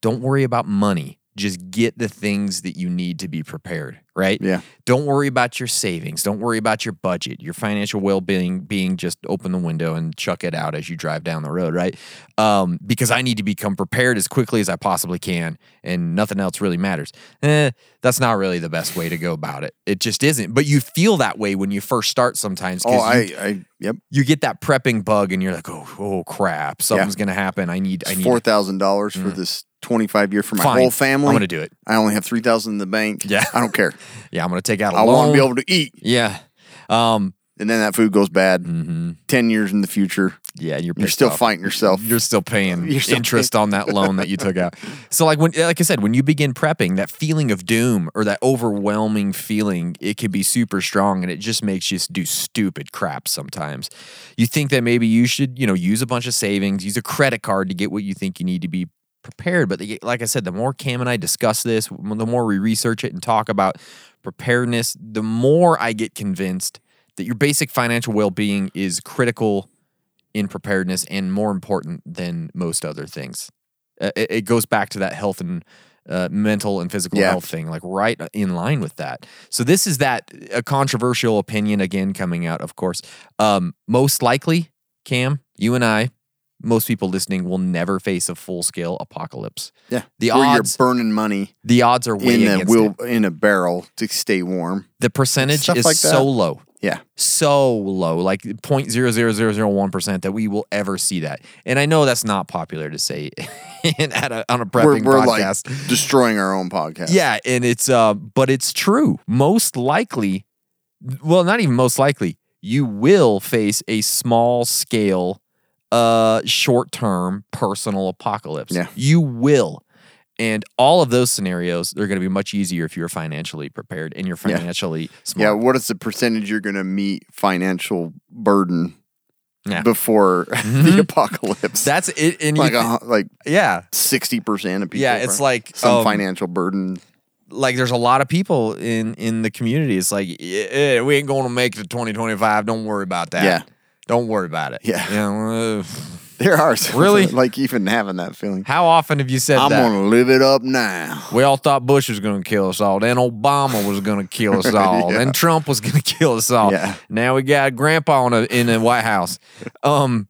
don't worry about money. Just get the things that you need to be prepared, right?
Yeah.
Don't worry about your savings. Don't worry about your budget. Your financial well being being just open the window and chuck it out as you drive down the road, right? Um, because I need to become prepared as quickly as I possibly can, and nothing else really matters. Eh, that's not really the best way to go about it. It just isn't. But you feel that way when you first start sometimes. 'cause
Oh,
you,
I, I, yep.
you get that prepping bug, and you're like, oh, oh crap, something's gonna happen. I need, I need.
four thousand dollars for this twenty five year for my
Fine.
whole family.
I'm gonna do it.
I only have three thousand in the bank.
Yeah.
I don't care.
Yeah, I'm gonna take out a
I
loan.
want to be able to eat.
Yeah. Um, mm-hmm.
and then that food goes bad.
Mm.
Ten years in the future,
Yeah, and you're
you're
pissed
still
off.
fighting yourself.
You're still paying
You're still
interest on that loan that you took out. So like when like I said, when you begin prepping, that feeling of doom or that overwhelming feeling, it can be super strong and it just makes you do stupid crap sometimes. You think that maybe you should, you know, use a bunch of savings, use a credit card to get what you think you need to be prepared. But the, like I said, the more Cam and I discuss this, the more we research it and talk about preparedness, the more I get convinced that your basic financial well-being is critical in preparedness and more important than most other things. Uh, it, it goes back to that health and uh, mental and physical
Yeah.
health thing, like right uh, in line with that. So this is that a controversial opinion again coming out, of course. Um, most likely, Cam, you and I, most people listening will never face a full scale apocalypse.
yeah,
The
Where
odds-
you're burning money
The odds are way
in a
against
wheel
it.
in a barrel to stay warm.
The percentage
Stuff
is
like that.
so low.
Yeah,
so low, like 0.00001% that we will ever see that. And I know that's not popular to say in, at a, on a
we're,
prepping
we're like
podcast.
destroying our own podcast.
yeah, and it's uh but it's true. Most likely well, not even most likely, you will face a small scale uh short-term personal apocalypse.
Yeah.
You will. And all of those scenarios, they're going to be much easier if you're financially prepared and you're
Yeah.
financially smart.
yeah. What is the percentage you're going to meet financial burden
Yeah.
before the apocalypse?
That's it. And
like
you,
a, hu- like
yeah.
sixty percent of people.
Yeah, it's
are-
like,
some
um,
financial burden.
like there's a lot of people in in the community. It's like "Yeah, eh, we ain't going to make it to 2025. Don't worry about that.
Yeah.
Don't worry about it.
Yeah.
You know, uh,
There are some
Really?
like even having that feeling.
how often have you said
I'm
that?
gonna live it up now.
we all thought Bush was going to kill us all. Then Obama was going to kill us all.
Yeah.
Then Trump was going to kill us all.
Yeah.
Now we got Grandpa in a, in the White House. Um,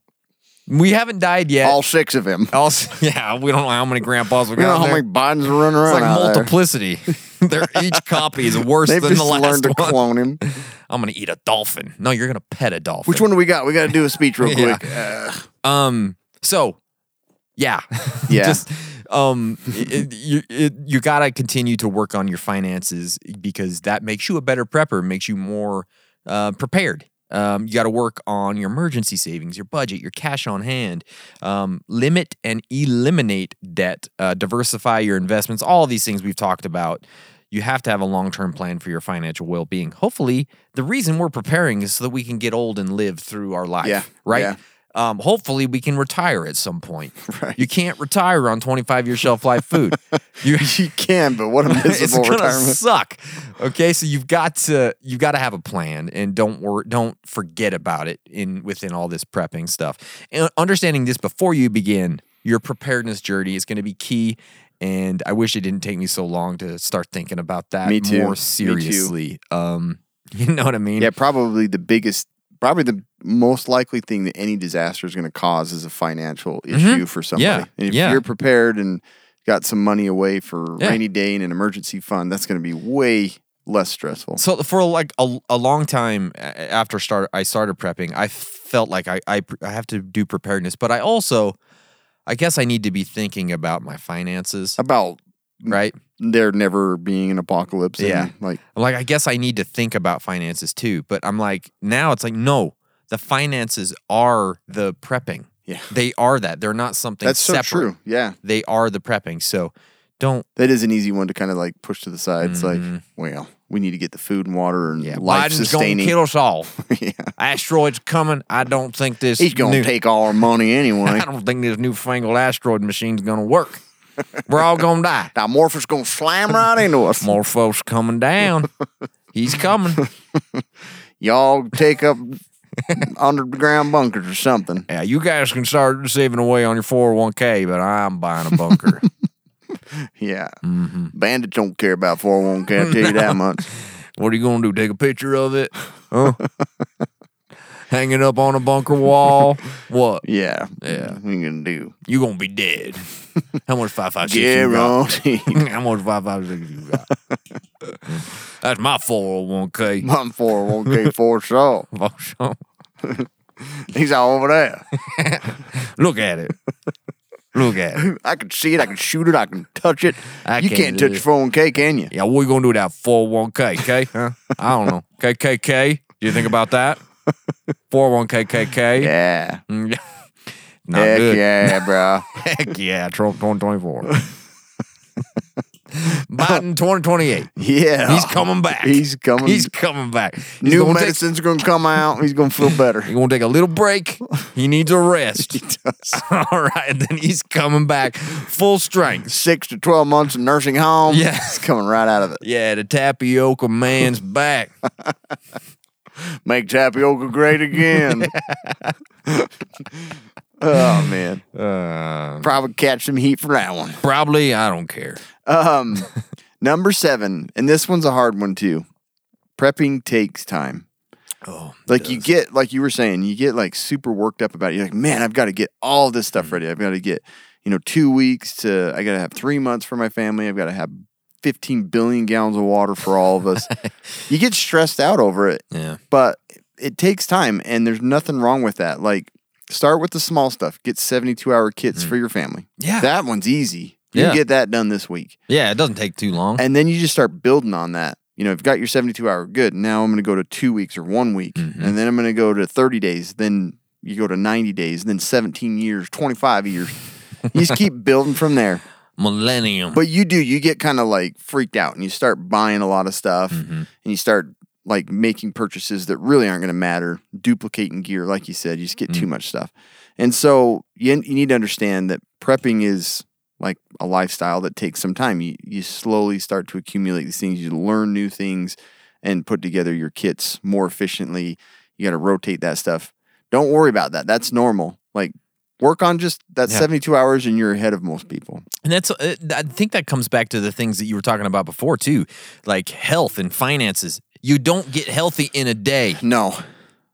we haven't died yet.
All six of them.
All s- yeah, we don't know how many grandpas we
You
got.
know how
there.
many Bidens are running around?
It's like
out there?
multiplicity. They're, each copy is worse
They've
than
just
the last
learned to
one.
clone him.
I'm gonna eat a dolphin. No, you're gonna pet a dolphin.
Which one do we got? We got to do a speech real
Yeah.
quick. Uh,
Um. So, yeah,
Yeah.
Just um, it, it- you it, you gotta continue to work on your finances because that makes you a better prepper, makes you more uh, prepared. Um, you got to work on your emergency savings, your budget, your cash on hand. Um, limit and eliminate debt. Uh, diversify your investments. All these things we've talked about. You have to have a long term plan for your financial well being. Hopefully, the reason we're preparing is so that we can get old and live through our life.
Yeah,
Right
yeah.
um, hopefully we can retire at some point.
Right.
You can't retire on 25 year shelf life food. You,
you can, but what a
it's
miserable
gonna
retirement.
suck. Okay, so you've got to you've got to have a plan, and don't wor- don't forget about it in within all this prepping stuff. And understanding this before you begin your preparedness journey is going to be key. And I wish it didn't take me so long to start thinking about that
Me too.
more
Me too.
seriously. Um, you know what I mean?
Yeah, probably the biggest, probably the most likely thing that any disaster is going to cause is a financial issue for somebody.
Mm-hmm. Yeah,
And if
yeah.
you're prepared and got some money away for
Yeah.
rainy day and an emergency fund, that's going to be way less stressful.
So for like a, a long time a- after start I started prepping, I felt like I, I I have to do preparedness, but I also I guess I need to be thinking about my finances,
About
right?
there never being an apocalypse. and,
Yeah.
like
I'm like I guess I need to think about finances too, but I'm like now it's like no, the finances are the prepping.
Yeah.
They are that. They're not something
that's so
separate.
true. Yeah,
They are the prepping. So don't
that is an easy one to kind of like push to the side. It's like,
Mhm.
well, we need to get the food and water and
yeah,
life
Biden's going to
sustaining.
kill us all.
yeah.
Asteroids coming. I don't think this
He's going
new-
to take all our money anyway.
I don't think this newfangled asteroid machine's gonna work. We're all gonna die.
Now Morpheus going to slam right into us.
More folks coming down. He's coming.
Y'all take up underground bunkers or something.
Yeah, you guys can start saving away on your 401k, but I'm buying a bunker.
Yeah.
Mm-hmm.
Bandits don't care about 401k, I'll tell you that much.
what are you gonna do? Take a picture of it? Huh? Hang it up on a bunker wall? What?
Yeah.
Yeah.
We can do.
You gonna be dead. How much five five six you got?
Guaranteed.
How much five five six you got? That's my 401k.
My 401k for sure. He's all over there.
Look at it. Look at it.
I can see it. I can shoot it. I can touch it.
I
you
can't
can't,
do
touch
it.
your 401k, can you?
oh Yeah, what are you gonna do with that 401k, K? Huh? I don't know. KKK? Do you think about that? 401kkk.
Yeah.
Mm, Not
Heck
good.
yeah, bro.
Heck yeah, Trump 2024. Biden 2028.
Yeah.
He's coming back.
He's coming.
He's coming back. He's
New
gonna
medicines are going to come out. He's going to feel better.
Take, he's gonna take a little break. He needs a rest. All right, and then he's coming back full strength.
Six to 12 months in nursing home.
Yeah.
He's coming right out of it.
Yeah, the tapioca man's back.
Make tapioca great again. oh, man.
Um,
Probably catch some heat for that one.
Probably, I don't care.
Um, number seven, and this one's a hard one too. Prepping takes time.
Oh,
Like you get, like you were saying, you get like super worked up about it. You're like, man, I've got to get all this
Mm.
stuff ready. I've got to get, you know, two weeks to. I got to have three months for my family. I've got to have 15 billion gallons of water for all of us. you get stressed out over it,
Yeah.
but it takes time, and there's nothing wrong with that. Like, start with the small stuff. Get 72 hour kits for your family.
Mm. Yeah.
that one's easy. You
Yeah.
can get that done this week.
Yeah, it doesn't take too long.
And then you just start building on that. You know, I've got your 72 hour good. Now I'm going to go to two weeks or one week. And then I'm going to go to 30 days. Then you go to 90 days, then 17 years, 25 years. you just keep building from there.
Millennium.
But you do, you get kind of like freaked out and you start buying a lot of stuff and you start like making purchases that really aren't going to matter, duplicating gear. Like you said, you just get too much stuff. And so you, you need to understand that prepping is like a lifestyle that takes some time. You, you slowly start to accumulate these things, you learn new things and put together your kits more efficiently. You got to rotate that stuff. Don't worry about that. That's normal. Like, work on just that
Yeah.
72 hours and you're ahead of most people.
And that's, uh, I think that comes back to the things that you were talking about before, too, like health and finances. You don't get healthy in a day.
No.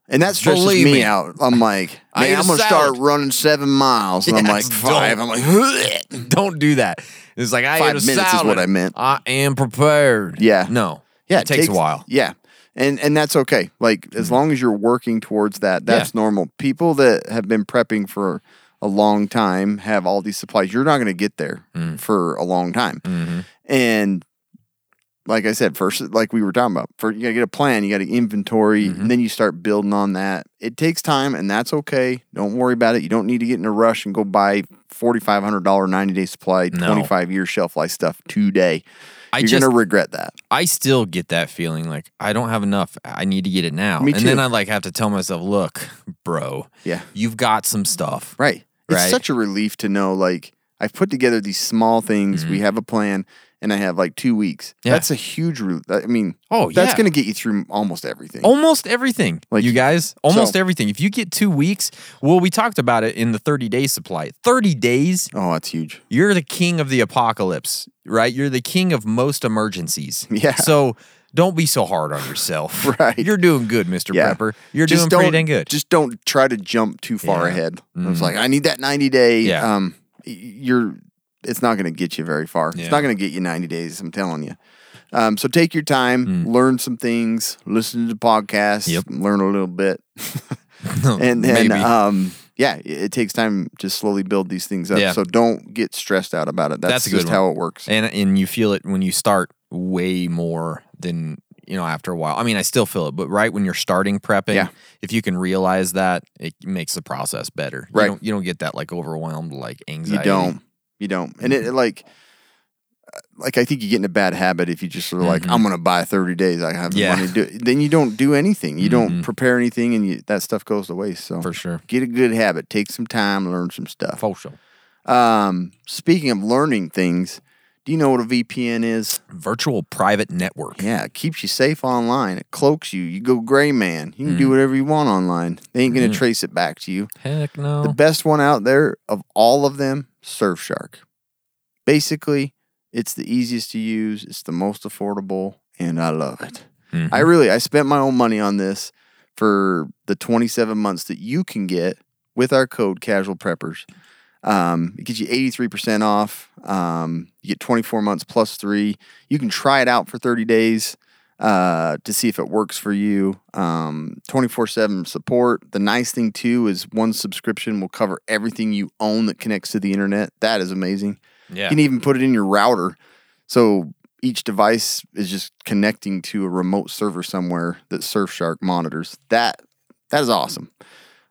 And that stresses
Believe
me,
me.
out. I'm like,
I
man,
eat a
I'm gonna
salad.
start running seven miles. And I'm like
Yes,
five.
don't.
I'm like,
Don't do that. It's like I
Five
ate a
minutes is
salad.
what I meant.
I am prepared.
Yeah.
No.
yeah,
It takes, a while. Mm-hmm.
Yeah, and and that's okay. Like as long as you're working towards that, that's normal. People that have been prepping for a long time have all these supplies. You're not gonna get there
Mm.
for a long time.
Mm-hmm.
And like I said, first, like we were talking about, for you gotta get a plan, you gotta inventory,
Mm-hmm.
and then you start building on that. It takes time, and that's okay. Don't worry about it. You don't need to get in a rush and go buy forty five hundred dollar ninety day supply,
No.
twenty five year shelf life stuff today.
I
You're
just,
gonna regret that.
I still get that feeling like I don't have enough. I need to get it now.
Me
and then
too.
I like have to tell myself, look, bro,
Yeah.
you've got some stuff.
Right. It's
Right.
such a relief to know like I've put together these small things. We have a plan and I have like 2 weeks.
Mm-hmm. Yeah.
That's a huge re- I mean,
Oh,
that's
yeah. Oh.
going to get you through almost everything.
Almost everything,
Like-
you guys. Almost
So-
everything. If you get two weeks, well, we talked about it in the thirty day supply. Thirty days,
Oh, that's huge.
you're the king of the apocalypse, right? You're the king of most emergencies.
Yeah.
So don't be so hard on yourself.
Right.
You're doing good, Mr.
Yeah.
Prepper. You're
Just
doing pretty
don't-
dang good.
Just don't try to jump too far
Yeah.
ahead. I was
Mhm.
like, I need that 90 day
Yeah.
um y- you're it's not going to get you very far.
Yeah.
It's not going to get you 90 days, I'm telling you. Um, so take your time, learn some things, listen to podcasts,
Mm. Yep.
learn a little bit.
No,
and then
maybe.
um yeah it, it takes time to slowly build these things up
Yeah.
so don't get stressed out about it that's,
That's a good
just
one.
how it works
and and you feel it when you start way more than you know after a while. I mean, I still feel it, but right when you're starting prepping,
Yeah.
if you can realize that, it makes the process better.
Right.
You don't, you don't get that like overwhelmed like
you
anxiety.
don't you don't and it, it, like like I think you get in a bad habit if you just sort of like I'm gonna buy 30 days I have
Mm-hmm.
the
Yeah. Mm-hmm.
money to do it. then you don't do anything you don't prepare anything and you, that stuff goes to waste so
For sure.
get a good habit take some time learn some stuff
For sure.
um speaking of learning things do you know what a VPN is
Virtual private network.
Yeah, it keeps you safe online. It cloaks you. You go gray man. You can do whatever you want online. They ain't gonna trace it back to you.
Heck no.
The best one out there of all of them, Surfshark. Basically, it's the easiest to use. It's the most affordable, and I love it. I really I spent my own money on this for the 27 months that you can get with our code Casual Preppers. Um, it gets you 83% off. Um, you get 24 months plus three. You can try it out for 30 days uh, to see if it works for you. 24 7 support. The nice thing, too, is one subscription will cover everything you own that connects to the internet. That is amazing.
yeah.
You can even put it in your router. So each device is just connecting to a remote server somewhere that Surfshark monitors. That That is awesome.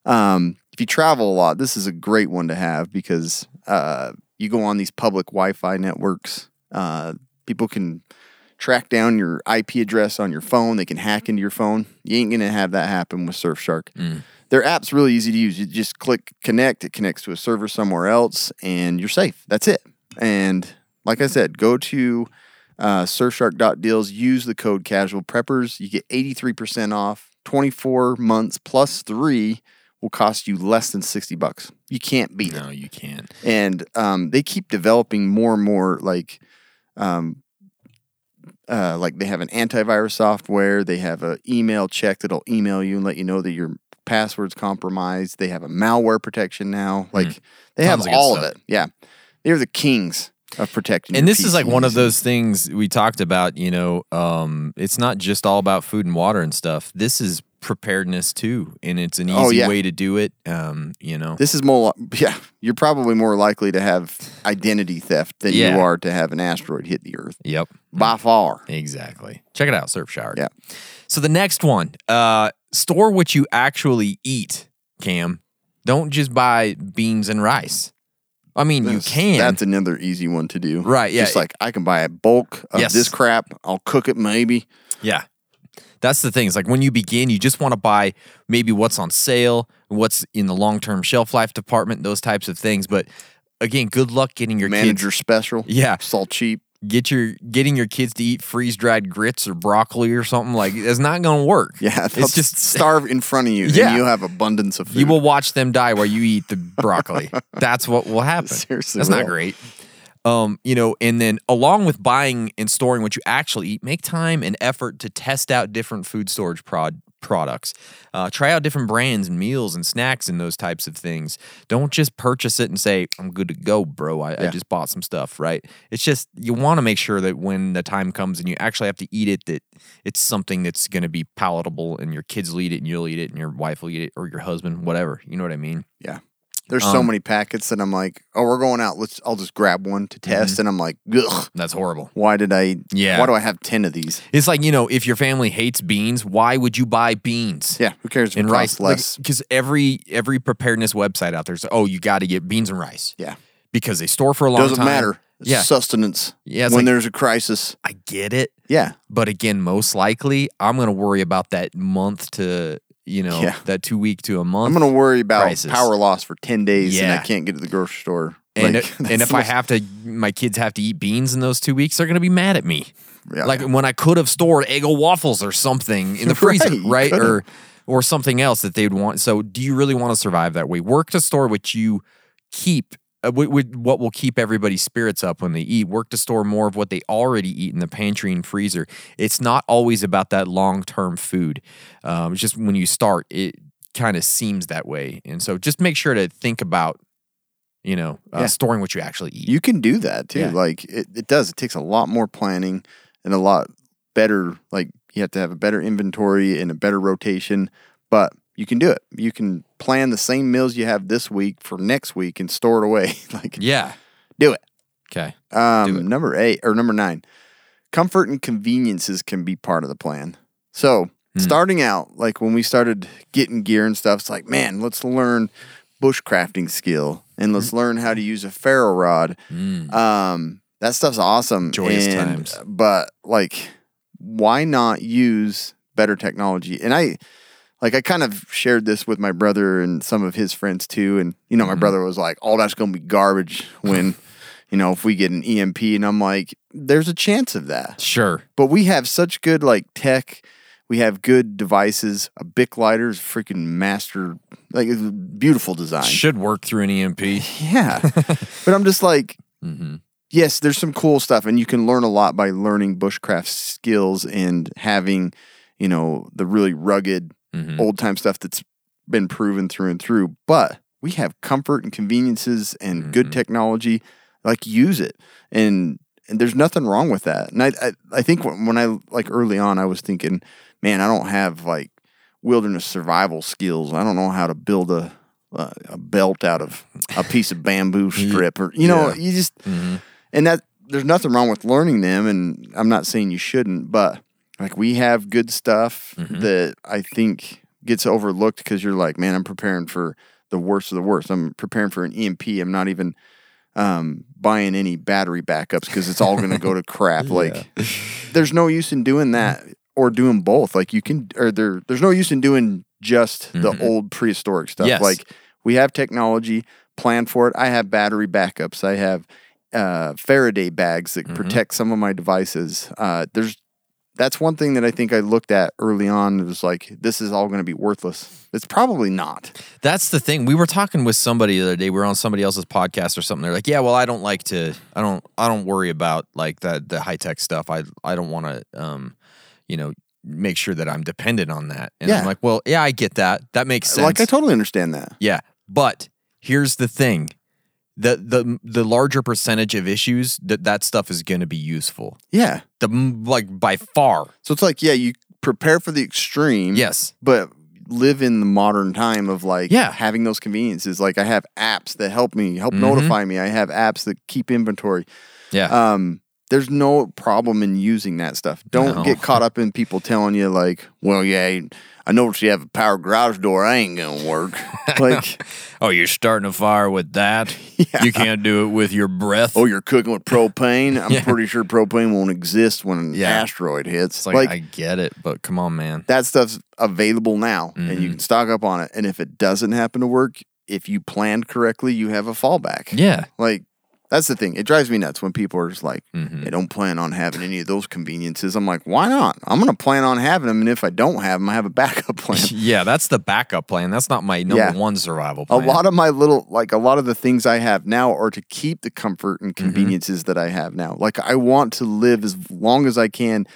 Um, if you travel a lot, this is a great one to have because uh, you go on these public Wi-Fi networks. Uh, people can track down your IP address on your phone. They can hack into your phone. You ain't gonna have that happen with Surfshark. Their app's really easy to use. You just click connect. It connects to a server somewhere else, and you're safe. That's it. And like I said, go to uh, surfshark.deals. Use the code casual preppers. You get 83% off. 24 months plus three will cost you less than 60 bucks. You can't beat it.
No, you can't.
And um, they keep developing more and more like um, uh, like they have an antivirus software. They have an email check that'll email you and let you know that your password's compromised. They have a malware protection now. Like
Tons of
they have
Hmm. good
all of
stuff.
it. Yeah, they're the kings of protecting.
and
your
this is like one of
PCs.
those things we talked about you know um, it's not just all about food and water and stuff this is preparedness too and it's an easy
Oh, yeah.
way to do it um, you know
This is more. li- Yeah, you're probably more likely to have identity theft than
Yeah. Hmm.
you are to have an asteroid hit the Earth
yep
by far.
exactly check it out surfshark
Yeah.
so the next one uh, store what you actually eat cam don't just buy beans and rice i mean
That's-
you can
That's another easy one to do.
Right, yeah.
Just like I can buy a bulk of
Yes.
this crap. I'll cook it maybe.
Yeah. That's the thing. It's like when you begin, you just want to buy maybe what's on sale, what's in the long term shelf life department, those types of things. But again, good luck getting your
Manager
kids
special.
Yeah.
It's all cheap.
get your getting your kids to eat freeze dried grits or broccoli or something. Like that's not gonna work.
Yeah. they'll
It's just
starve in front of you.
Yeah.
And you'll have abundance of food.
you will watch them die while you eat the broccoli. That's what will happen.
Seriously
That's not
will.
great. Um, you know, and then along with buying and storing what you actually eat, make time and effort to test out different food storage prod products. Uh, try out different brands and meals and snacks and those types of things. Don't just purchase it and say, I'm good to go, bro. I, I
Yeah.
just bought some stuff, right? It's just you want to make sure that when the time comes and you actually have to eat it, that it's something that's gonna be palatable and your kids will eat it and you'll eat it and your wife will eat it or your husband, whatever. You know what I mean?
Yeah. There's so
Um,
many packets that I'm like, oh, we're going out. Let's. I'll just grab one to test, and I'm like, ugh.
That's horrible.
Why did I?
Mm-hmm. Yeah.
Why do I have ten of these?
It's like you know, if your family hates beans, why would you buy beans?
Yeah. Who cares? If
and
it
rice
costs less.
because every every preparedness website out there is oh, you got to get beans and rice
yeah.
because they store for a long
Doesn't
time.
matter. It's
Yeah,
Sustenance.
Yeah, it's
When
like-
there's a crisis.
I get it,
Yeah.
but again, most likely, I'm going to worry about that month to you know
Yeah.
that two week to a month.
I'm gonna worry about
crisis.
power loss for ten days, and
Yeah.
I can't get to the grocery store.
And,
Like,
and
that's
if I
most-
have to, my kids have to eat beans in those two weeks, they're going to be mad at me.
Yeah.
Like when I could have stored Eggo waffles or something in the
Right,
freezer,
you
right?
could've.
Or or something else that they'd want. So do you really want to survive that way? Work to store what you keep, uh, wi- wi- what will keep everybody's spirits up when they eat. Work to store more of what they already eat in the pantry and freezer. It's not always about that long term food. Um, it's just when you start, it kind of seems that way. And so just make sure to think about you know, uh,
Yeah.
storing what you actually eat.
you can do that too.
Yeah.
Like it, it does. It takes a lot more planning and a lot better. Like you have to have a better inventory and a better rotation, but you can do it. You can plan the same meals you have this week for next week and store it away. like
yeah.
do it.
Okay.
Um,
Do it.
Number eight or number nine, comfort and conveniences can be part of the plan. So
Hmm.
starting out, like when we started getting gear and stuff, it's like, man, let's learn bushcrafting skill and let's
Mm-hmm.
learn how to use a ferro rod. Um, that stuff's awesome.
Mm. Joyous
and-
times.
But like, why not use better technology? And I, like I kind of shared this with my brother and some of his friends too. And you know, my brother was like, "All that's gonna be garbage when, you know, if we get an EMP." And I'm like, "There's a chance of that."
Sure.
But we have such good like tech. We have good devices. A Bic lighter is freaking master, like it's a beautiful design.
Should work through an E EMP.
Yeah, but I'm just like,
Mm-hmm.
yes, there's some cool stuff, and you can learn a lot by learning bushcraft skills and having, you know, the really rugged old time stuff that's been proven through and through. But we have comfort and conveniences and good technology. Like use it, and and there's nothing wrong with that. And I I, I think when, when I like early on, I was thinking, man, I don't have like wilderness survival skills. I don't know how to build a a, a belt out of a piece of bamboo strip, or you know,
Yeah.
you just and that there's nothing wrong with learning them. And I'm not saying you shouldn't, but like we have good stuff that I think gets overlooked because you're like, man, I'm preparing for the worst of the worst. I'm preparing for an EMP. I'm not even um, buying any battery backups because it's all going to go to crap. Like, there's no use in doing that or doing both. Like, you can, or there, there's no use in doing just the old prehistoric stuff.
Yes.
Like, we have technology, plan for it. I have battery backups. I have uh, Faraday bags that protect some of my devices. Uh, there's that's one thing that I think I looked at early on. It was like, this is all going to be worthless. It's probably not.
That's the thing. We were talking with somebody the other day. We were on somebody else's podcast or something. They're like, "Yeah, well, I don't like to. I don't. I don't worry about like that the high tech stuff. I I don't want to. Um, you know, make sure that I'm dependent on that." And I'm
Yeah. Uh,
like, "Well, yeah, I get that. That makes sense.
Like, I totally understand that.
Yeah, but here's the thing: the the the larger percentage of issues that that stuff is going to be useful.
Yeah.
The m- like by far.
So it's like, yeah, you prepare for the extreme.
Yes.
But live in the modern time of like
Yeah. Mm-hmm.
having those conveniences. Like, I have apps that help me, help notify me. I have apps that keep inventory.
Yeah.
Um, there's no problem in using that stuff. Don't
No.
get caught up in people telling you like, well, yeah, I noticed you have a power garage door. I ain't gonna work. like,
oh, you're starting a fire with that. You can't do it with your breath.
oh, you're cooking with propane. I'm
Yeah.
pretty sure propane won't exist when an
Yeah.
asteroid hits.
It's like,
like
I get it, but come on, man.
that stuff's available now, and you
Mhm.
can stock up on it. And if it doesn't happen to work, if you planned correctly, you have a fallback.
Yeah.
Like that's the thing. It drives me nuts when people are just like,
Mhm.
"I don't plan on having any of those conveniences." I'm like, "Why not? I'm gonna plan on having them, and if I don't have them, I have a backup plan."
Yeah, that's the backup plan. That's not my number
Yeah.
one survival
a
plan.
lot of my little like a lot of the things I have now are to keep the comfort and
Mm-hmm.
conveniences that I have now. Like I want to live as long as I can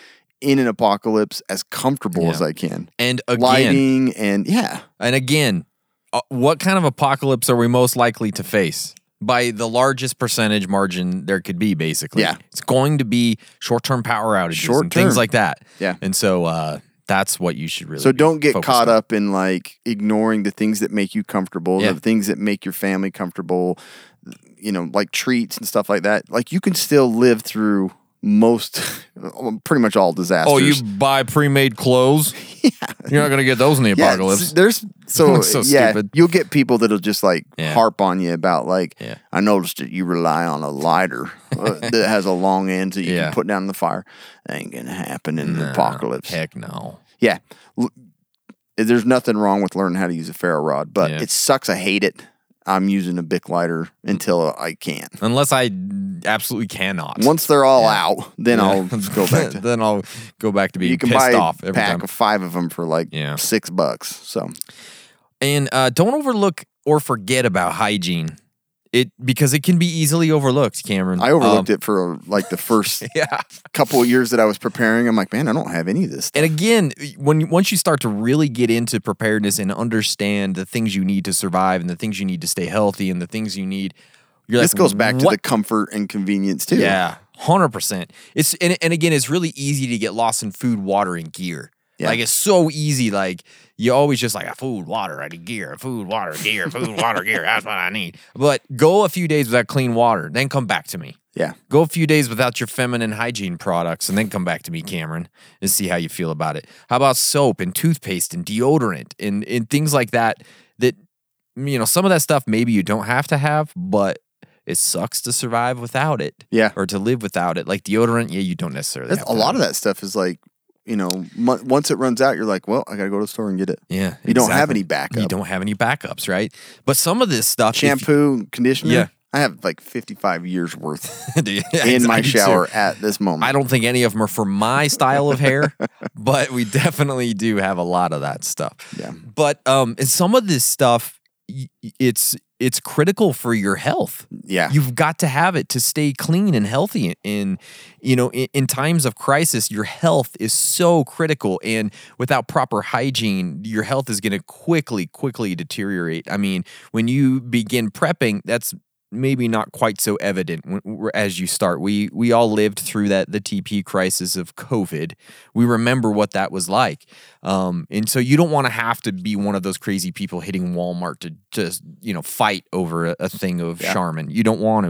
in an apocalypse as comfortable as I can.
and again,
Lighting and yeah.
and again, uh, what kind of apocalypse are we most likely to face? By the largest percentage margin there could be, basically.
Yeah.
It's going to be short term power outages and
Short-term.
things like that.
Yeah.
And so uh, that's what you should really
So
be
don't get
focused
caught
on.
up in like ignoring the things that make you comfortable,
Yeah.
the things that make your family comfortable, you know, like treats and stuff like that. Like you can still live through most pretty much all disasters.
Oh, you buy pre made clothes? You're not going to get those in the
yeah,
apocalypse.
s- there's so,
So
yeah,
stupid.
you'll get people that'll just like
Yeah.
harp on you about like
Yeah.
I noticed that you rely on a lighter uh, that has a long end that you
Yeah.
can put down in the fire. That ain't gonna happen in the
No,
apocalypse.
Heck no.
Yeah. L- There's nothing wrong with learning how to use a ferro rod, but
Yeah.
it sucks. I hate it. I'm using a Bic lighter until I can.
Unless I absolutely cannot.
Once they're all out, then
Yeah.
I'll go back to.
then I'll go back to being
you can
pissed
buy a
off every
pack
time.
of five of them for like
Yeah.
six bucks. So
And uh, don't overlook or forget about hygiene. It because it can be easily overlooked, Cameron. Um,
I overlooked it for like the first
Yeah.
couple of years that I was preparing. I'm like, man, I don't have any of this.
And again, when once you start to really get into preparedness and understand the things you need to survive and the things you need to stay healthy and the things you need, you're
This
like,
goes back to the
"What
comfort and convenience too.
Yeah, hundred percent. It's and, and again, it's really easy to get lost in food, water, and gear.
Yeah.
Like it's so easy. Like you always just like "Ah, food, water, I need gear, food, water, gear, food, water, gear. That's what I need. But go a few days without clean water, then come back to me.
Yeah.
Go a few days without your feminine hygiene products, and then come back to me, Cameron, and see how you feel about it. How about soap and toothpaste and deodorant and and things like that? That mm, you know, some of that stuff maybe you don't have to have, but it sucks to survive without it
Yeah.
or to live without it. Like deodorant, yeah, you don't necessarily.
That's,
have
a
to
lot of
have
that stuff is like, you know, mo- once it runs out, you're like, well, I got to go to the store and get it.
it. Yeah,
You don't have any
backup. You
backup.
don't have any backups, right? But some of this stuff, if you-
shampoo and conditioner.
Yeah.
I have like 55 years worth
Do you- Yeah,
in
I
my
do too.
shower at this moment.
I don't think any of them are for my style of hair, but we definitely do have a lot of that stuff.
Yeah.
But um, and some of this stuff, y- y- it's it's critical for your health.
Yeah.
You've got to have it to stay clean and healthy. In you know, in, in times of crisis, your health is so critical, and without proper hygiene, your health is going to quickly, quickly deteriorate. I mean, when you begin prepping, that's maybe not quite so evident when- w- as you start. We we all lived through that the TP crisis of COVID. We remember what that was like, um, and so you don't want to have to be one of those crazy people hitting Walmart to just you know fight over a, a thing of Charmin. You don't want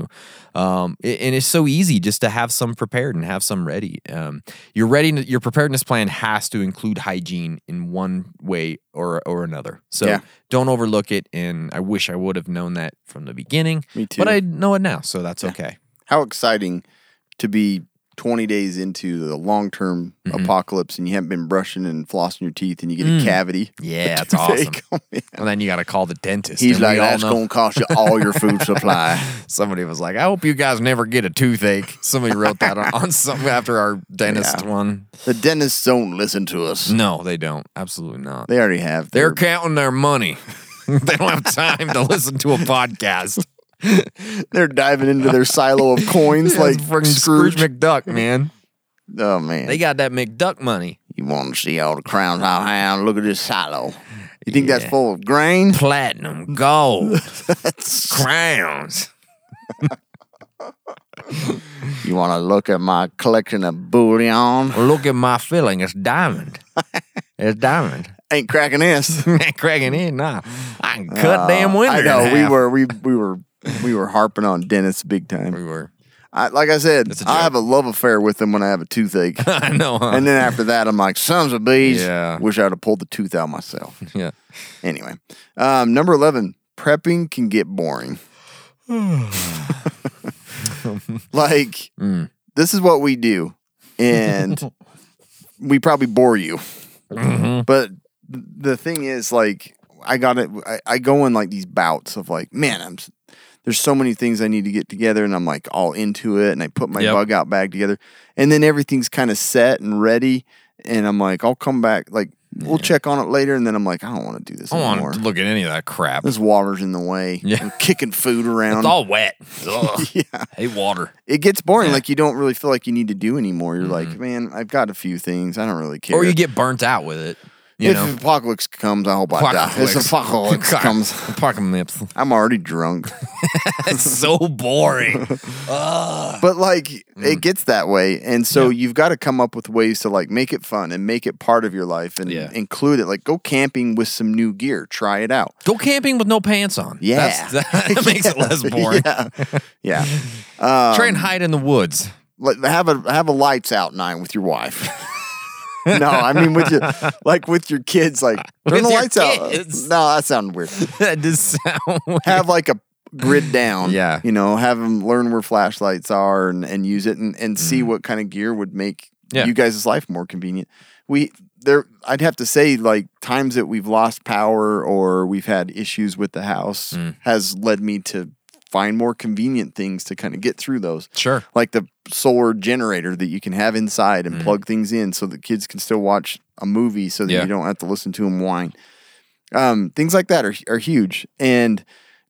to, um, a- and it's so easy just to have some prepared and have some ready. Um, your ready your preparedness plan has to include hygiene in one way or or another. So
Yeah.
don't overlook it. And I wish I would have known that from the beginning.
Me too.
But I know it now, so that's okay.
How exciting to be 20 days into the long term
Mm-hmm.
apocalypse and you haven't been brushing and flossing your teeth and you get a cavity.
Yeah, it's Mm. awesome.
toothache. Oh, man.
And then you got to call the dentist.
He's
and we
like,
all
that's
know-
going to cost you all your food supply.
Somebody was like, I hope you guys never get a toothache. Somebody wrote that on, on some after our dentist one.
The dentists don't listen to us.
No, they don't. Absolutely not.
They already have.
They're
They're
counting their money. they don't have time to listen to a podcast.
they're diving into their silo of coins
It's
like
freaking
Scrooge.
Scrooge McDuck, man.
oh man,
They got that McDuck money.
you want to see all the crowns I have? Look at this silo. You think that's full of grain?
Platinum, gold, crowns.
You want to look at my collection of bullion?
Look at my filling. It's diamond. It's diamond.
Ain't cracking this.
cracking in, nah. I can cut damn winter.
Oh, I
in
know we
half.
were we we were we were harping on dentists big
We
time.
were.
I, like I said,
That's a joke.
I have a love affair with them when I have a toothache,
I know. Huh?
and then after that, I'm like, sons of bees.
Yeah.
Wish I'd have pulled the tooth out myself.
yeah.
Anyway, um, number 11, prepping can get boring. like,
Mm.
this is what we do, and we probably bore you.
Mm-hmm.
But th- the thing is, like, I got it. I, I go in like these bouts of like, man, I'm. s- There's so many things I need to get together, and I'm like all into it, and I put my
Yep.
bug out bag together, and then everything's kind of set and ready, and I'm like, I'll come back, like we'll check on it later, and then I'm like, I don't want to do this
I don't
anymore.
want to look at any of that crap. It's
This water's in the way.
Yeah.
I'm kicking food around.
all wet. Ugh.
yeah.
Hey, water.
It gets
Yeah.
boring.
Mm-hmm.
Like you don't really feel like you need to do anymore. You're like, man, I've got a few things. I don't really care.
Or you get burnt out with it. You
if
know.
apocalypse comes, I hope I die. It's apocalypse comes.
Apocalypse.
I'm already drunk.
That's so boring.
but like
Mm.
it gets that way. And so you've got to come up with ways to like make it fun and make it part of your life and
Yeah.
include it. Like go camping with some new gear. Try it out.
Go camping with no pants on.
Yeah.
That's, that makes it less boring.
yeah. Yeah.
Try and hide in the woods.
like have a have a lights out night with your wife. no, I mean with your like with your kids, like turn
With
the
your
lights
kids.
out. No, that sounded weird.
that does sound weird.
Have like a grid down.
Yeah.
You know, have them learn where flashlights are and, and use it and, and see what kind of gear would make
Mm. Yeah.
you guys' life more convenient. We there I'd have to say like times that we've lost power or we've had issues with the house
Mm.
has led me to find more convenient things to kind of get through those
Sure.
like the solar generator that you can have inside
Mm-hmm.
and plug things in so that kids can still watch a movie so that
Yeah.
you don't have to listen to them whine. Um, things like that are, are huge. And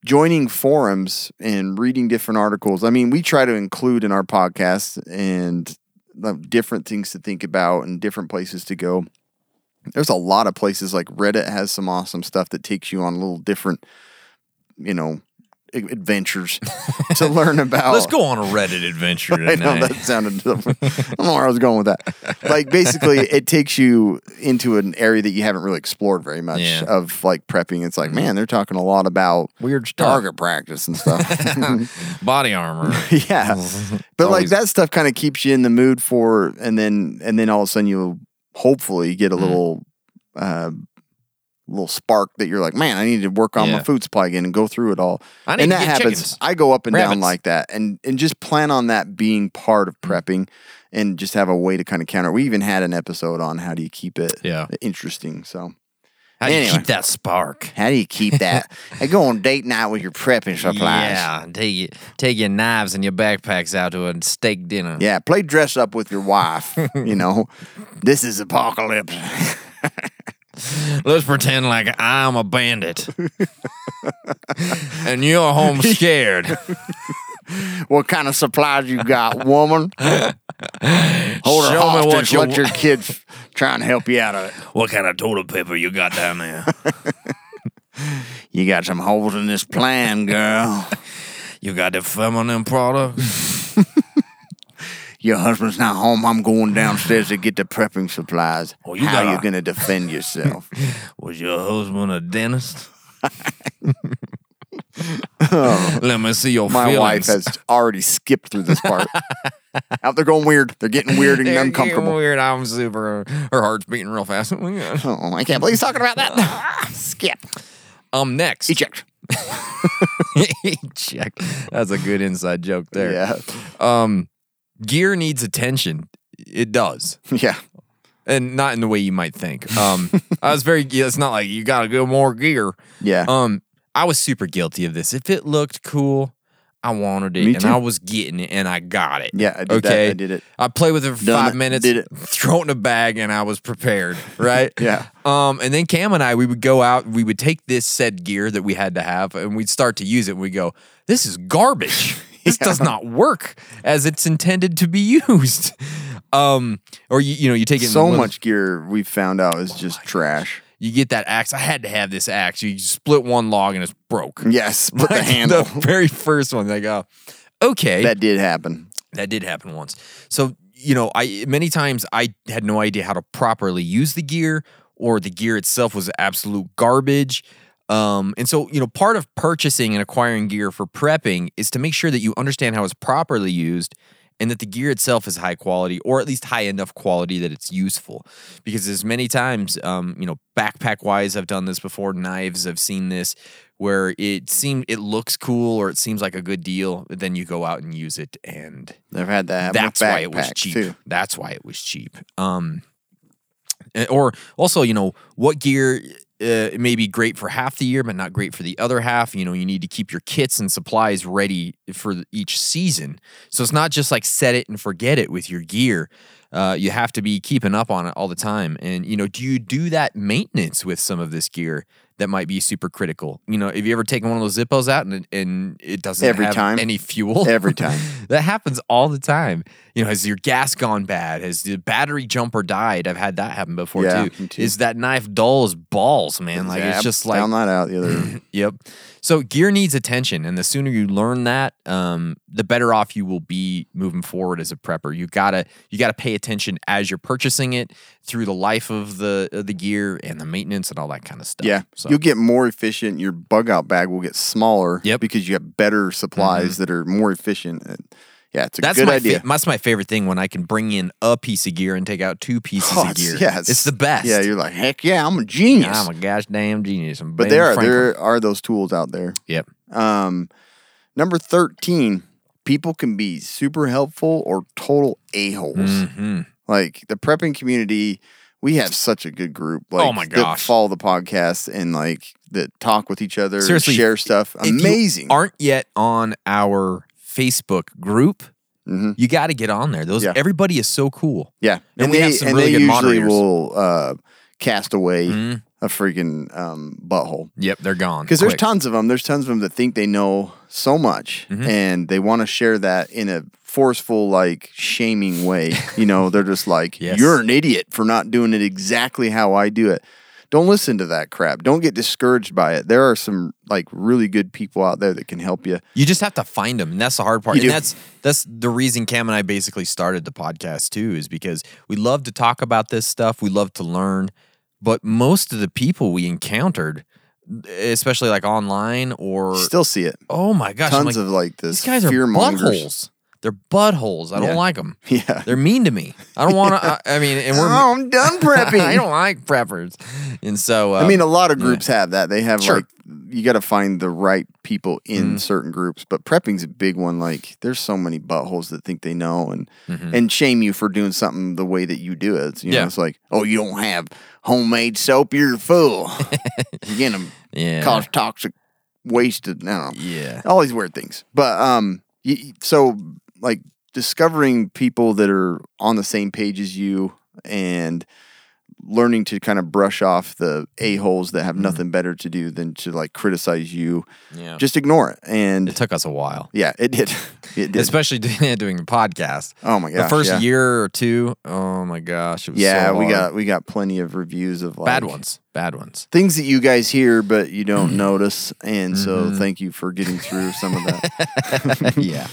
joining forums and reading different articles. I mean, we try to include in our podcast and the different things to think about and different places to go. There's a lot of places like Reddit has some awesome stuff that takes you on little different, you know, a- adventures to learn about.
Let's go on a Reddit adventure
I
tonight.
know that sounded. I don't know where I was going with that. Like basically, it takes you into an area that you haven't really explored very much
Yeah. Mm-hmm.
of like prepping. It's like, man, they're talking a lot about
Weird stuff.
target practice and stuff.
Body armor.
yeah, but like
always-
that stuff kind of keeps you in the mood for, and then and then all of a sudden you hopefully get a
Mm-hmm.
little. Uh, little spark that you're like, man, I need to work on
Yeah.
my food supply again and go through it all.
I need
and
to
that
get
happens.
chickens.
I go up and down
Rabbits. Mm-hmm.
like that, and and just plan on that being part of prepping, and just have a way to kind of counter. We even had an episode on how do you keep it
Yeah.
interesting. So
How do you
Anyway.
keep that spark?
how do you keep that? I go on date night with your prepping supplies.
Yeah, take your, take your knives and your backpacks out to a steak dinner.
Yeah, play dress up with your wife. you know, this is apocalypse.
Let's pretend like I'm a bandit. and you're home scared.
what kind of supplies you got, woman? Hold her
Show me
hostage.
what you
Let
wa-
your kids try and help you out of it.
what kind of toilet paper you got down there?
You got some holes in this plan, girl.
You got the feminine product.
Your husband's not home. I'm going downstairs to get the prepping supplies.
Oh, you
How
gotta-
you gonna defend yourself?
Was your husband a dentist? Let me see your
Oh. My
feelings.
wife has already skipped through this part. Out there going weird. They're getting weird and
They're getting
uncomfortable.
Weird. I'm super. Her heart's beating real fast.
Oh, I can't believe he's talking about that. Skip.
Um, next.
Eject.
Eject. That's a good inside joke there.
Yeah.
Um, gear needs attention. It does,
Yeah.
and not in the way you might think. Um, I was very. yeah, It's not like you got to go more gear.
Yeah.
Um, I was super guilty of this. If it looked cool, I wanted it,
Me
and
too.
I was getting it, and I got it.
Yeah, I did that. I did it.
I played with it for
Done
five
it.
minutes,
Did it.
throw it in a bag, and I was prepared. Right?
Yeah.
Um, and then Cam and I, we would go out. We would take this said gear that we had to have, and we'd start to use it. And we go, "This is garbage. This does not work as it's intended to be used." Um, or you, you know, you take it in
so
one-
much gear we found out
Oh
is just trash.
You get that axe. I had to have this axe. You split one log, and it's broke.
Yes, but the
Like,
handle
very first one. Like, oh, okay, that,
that did happen.
did happen once. So you know, I many times I had no idea how to properly use the gear, or the gear itself was absolute garbage. Um, and so you know, part of purchasing and acquiring gear for prepping is to make sure that you understand how it's properly used. And that the gear itself is high quality, or at least high enough quality that it's useful. Because as many times, um, you know, backpack wise, I've done this before. Knives, I've seen this where it seems it looks cool or it seems like a good deal, then you go out and use it, and
I've had that. happen with
that's why it was
backpacks,
cheap.
Too.
That's why it was cheap. Um, and- or also, you know, what gear uh, may be great for half the year, but not great for the other half. You know, you need to keep your kits and supplies ready for each season. So it's not just like set it and forget it with your gear. Uh, you have to be keeping up on it all the time. And, you know, do you do that maintenance with some of this gear? That might be super critical. You know, have you ever taken one of those Zippos out and it, and it doesn't
Every
have
time.
any fuel?
Every time.
that happens all the time. You know, has your gas gone bad? Has the battery jumper died? I've had that happen before
Yeah,
too.
me too.
Is that knife dull as balls, man? Like
Yeah,
it's just
found
like
that out the other.
yep. So gear needs attention, and the sooner you learn that, um, the better off you will be moving forward as a prepper. You gotta you gotta pay attention as you're purchasing it through the life of the of the gear and the maintenance and all that kind of stuff.
yeah,
So
you'll get more efficient. Your bug out bag will get smaller.
Yep. Mm-hmm.
because you have better supplies that are more efficient. And yeah, it's a
that's
good
my
idea.
Fa- that's my favorite thing when I can bring in a piece of gear and take out two pieces
Oh,
of
it's-
gear.
yeah,
it's, the best.
Yeah, you're like heck yeah, I'm a genius.
I'm a gosh damn genius. I'm
but
Ben
there are
Franklin.
there are those tools out there.
Yep.
Um, number thirteen, people can be super helpful or total a holes.
Mm. Mm-hmm.
Like the prepping community, we have such a good group. Like,
Oh my
that
gosh.
follow the podcast and like that talk with each other,
Seriously,
share stuff.
If you
Amazing.
aren't yet on our Facebook group. You got to get on there. Those
Mm-hmm. Yeah.
everybody is so cool.
yeah,
and, we have some really
they
good
usually
moderators. Mm.
will uh, cast away a freaking um, butthole.
yep, they're gone
because there's
quick.
tons of them. There's tons of them that think they know so much
Mm-hmm.
and they want to share that in a forceful, like shaming way. You know, they're just like,
Yes.
"You're an idiot for not doing it exactly how I do it." Don't listen to that crap. Don't get discouraged by it. There are some like really good people out there that can help you.
You just have to find them, and that's the hard part.
You
And
do.
that's that's the reason Cam and I basically started the podcast too, is because we love to talk about this stuff. We love to learn, but most of the people we encountered, especially like online or
Still see it.
oh my gosh, I'm
Tons
like,
of like this.
these guys are
fear mongers.
buttholes. They're buttholes. I don't
Yeah.
like them.
Yeah.
They're mean to me. I don't want to. I, I mean, and we're.
Oh, I'm done prepping.
I don't like preppers, and so uh,
I mean, a lot of groups have that. They have
Sure. Mm-hmm.
like you got to find the right people in certain groups, but prepping's a big one. Like there's so many buttholes that think they know and and shame you for doing something the way that you do it. It's, You know,
Mm-hmm. Yeah.
it's like oh, you don't have homemade soap, you're a fool. You're gonna
Yeah.
cause toxic wasted. No,
Yeah.
all these weird things. But um, y- y- so like discovering people that are on the same page as you and learning to kind of brush off the a-holes that have nothing better to do than to like criticize you.
Mm-hmm. Yeah.
Just ignore it. And
It took us a while.
yeah, it did. It did.
Especially doing the podcast.
Oh my
The
gosh,
first
yeah.
year or two. Oh my gosh. It was
yeah,
so
we
hard.
got we got plenty of reviews of like
bad ones. Bad ones.
things that you guys hear but you don't notice. And so
Mm-hmm.
thank you for getting through some of that.
yeah.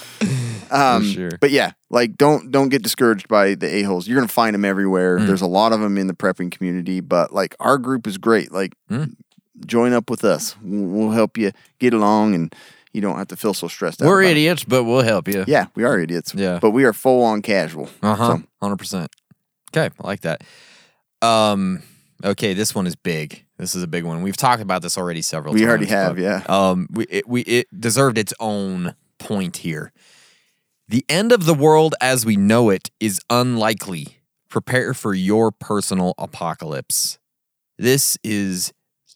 Um,
sure.
But yeah, like don't don't get discouraged by the a holes. You're gonna find them everywhere.
Mm.
There's a lot of them in the prepping community, but like our group is great. Like
Mm.
join up with us. We'll, we'll help you get along, and you don't have to feel so stressed out.
We're
about it.
idiots, but we'll help you.
Yeah, we are idiots.
Yeah.
but we are full on casual.
Uh huh.
So,
Hundred percent. Okay, I like that. Um. Okay, this one is big. This is a big one. We've talked about this already several times.
We already have,
but,
yeah.
Um. We it, we it deserved its own point here. The end of the world as we know it is unlikely. Prepare for your personal apocalypse. This is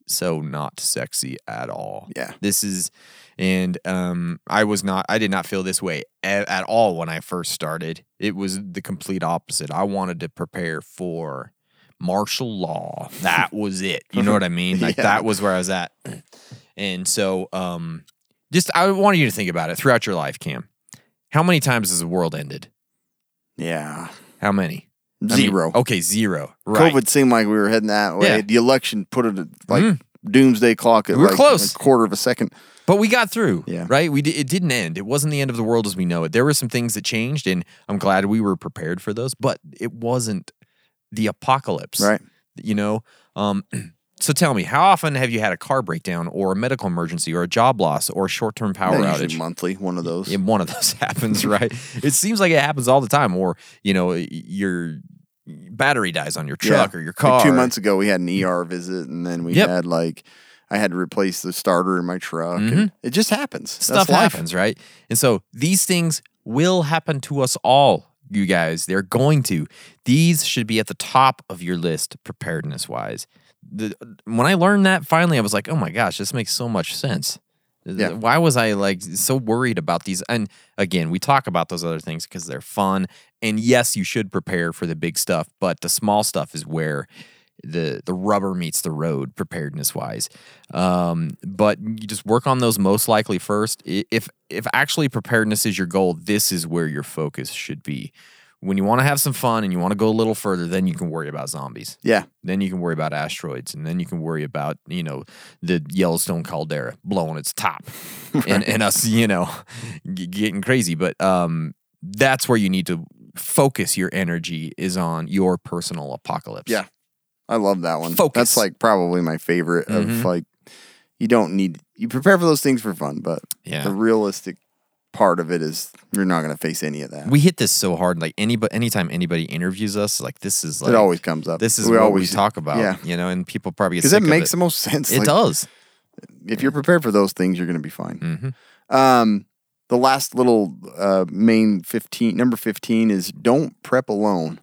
so not sexy at all.
Yeah.
This is, and um, I was not, I did not feel this way at, at all when I first started. It was the complete opposite. I wanted to prepare for martial law. That was it. You know what I mean? Like
Yeah.
that was where I was at. And so, um, just I want you to think about it throughout your life, Cam. How many times has the world ended?
yeah,
How many? I mean,
zero.
okay, zero. Right.
COVID seemed like we were heading that way.
Yeah. Mm.
The election put it at, like doomsday clock at
We were
like
close.
a quarter of a second.
But we got through,
Yeah.
right? We di- it didn't end. It wasn't the end of the world as we know it. There were some things that changed, and I'm glad we were prepared for those. But it wasn't the apocalypse,
Right.
You know. Um, so tell me, how often have you had a car breakdown, or a medical emergency, or a job loss, or a short-term power
Yeah,
outage?
usually monthly, one of those.
Yeah, one of those happens, right? It seems like it happens all the time. Or you know, y- your battery dies on your truck or your car.
Like two months ago, we had an ER visit, and then we
Yep.
had like I had to replace the starter in my truck. And it just happens.
Mm-hmm. stuff
That's life.
happens, right? And so these things will happen to us all, you guys. They're going to. These should be at the top of your list, preparedness wise. The, when I learned that, finally, I was like, oh my gosh, this makes so much sense.
Yeah.
Why was I like so worried about these? And again, we talk about those other things because they're fun. And yes, you should prepare for the big stuff, but the small stuff is where the the rubber meets the road preparedness wise. Um, but you just work on those most likely first. I- If if actually preparedness is your goal, this is where your focus should be. When you want to have some fun and you want to go a little further, then you can worry about zombies
Yeah.
then you can worry about asteroids and then you can worry about you know the yellowstone caldera blowing its top and, and us you know g- getting crazy but um that's where you need to focus your energy is on your personal apocalypse
Yeah. I love that one.
Focus. Mm-hmm.
That's like probably my favorite of like you don't need you prepare for those things for fun, but
Yeah.
the realistic part of it is you're not gonna face any of that.
we hit this so hard like anybody anytime anybody interviews us like this is like
it always comes up.
this is
we
what
always
we talk about
Yeah.
you know and people probably get
Because it
sick of it.
makes the most sense.
it
Like,
does
If you're prepared for those things, you're gonna be fine.
Mhm.
Um, the last little uh, main fifteen, number fifteen, is don't prep alone.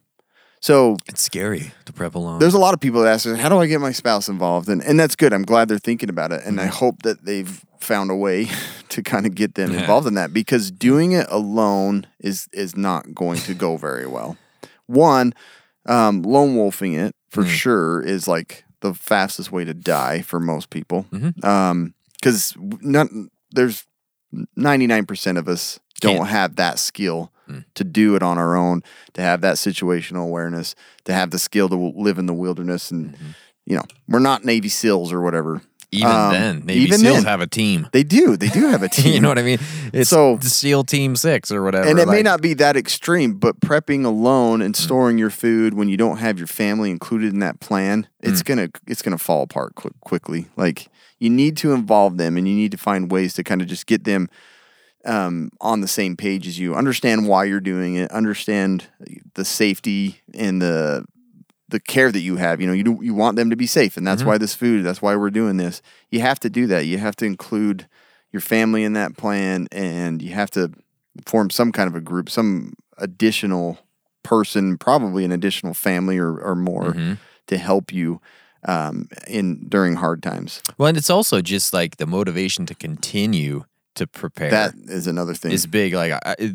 So
it's scary to prep alone
there's a lot of people that ask, us, "How do I get my spouse involved?" And and that's good. I'm glad they're thinking about it, and I
Mm-hmm.
hope that they've found a way to kind of get them
Yeah.
involved in that because doing it alone is is not going to go very well. One, um, lone wolfing it for
Mm.
sure is like the fastest way to die for most people. Um, because not there's 99% of us don't
Can't. Hmm.
have that skill to do it on our own, to have that situational awareness, to have the skill to w- live in the wilderness. And,
Mm-hmm.
you know, we're not Navy SEALs or whatever.
even
Um,
then Navy
even
seals
then.
have a team
They do. They do have a team.
you know what I mean? It's
So-
the SEAL Team Six or whatever.
and it may
like- Mm.
not be that extreme, but prepping alone and storing your food when you don't have your family included in that plan, it's
Mm.
gonna it's gonna fall apart quick, quickly. Like you need to involve them, and you need to find ways to kind of just get them um, on the same page as you. Understand why you're doing it. Understand the safety and the the care that you have. You know, you do, you want them to be safe, and that's
Mm-hmm.
why this food. That's why we're doing this. You have to do that. You have to include your family in that plan, and you have to form some kind of a group, some additional person, probably an additional family or or more,
Mm-hmm.
to help you um, in during hard times.
Well, and it's also just like the motivation to continue to prepare
That is another thing.
is big. Like I, I-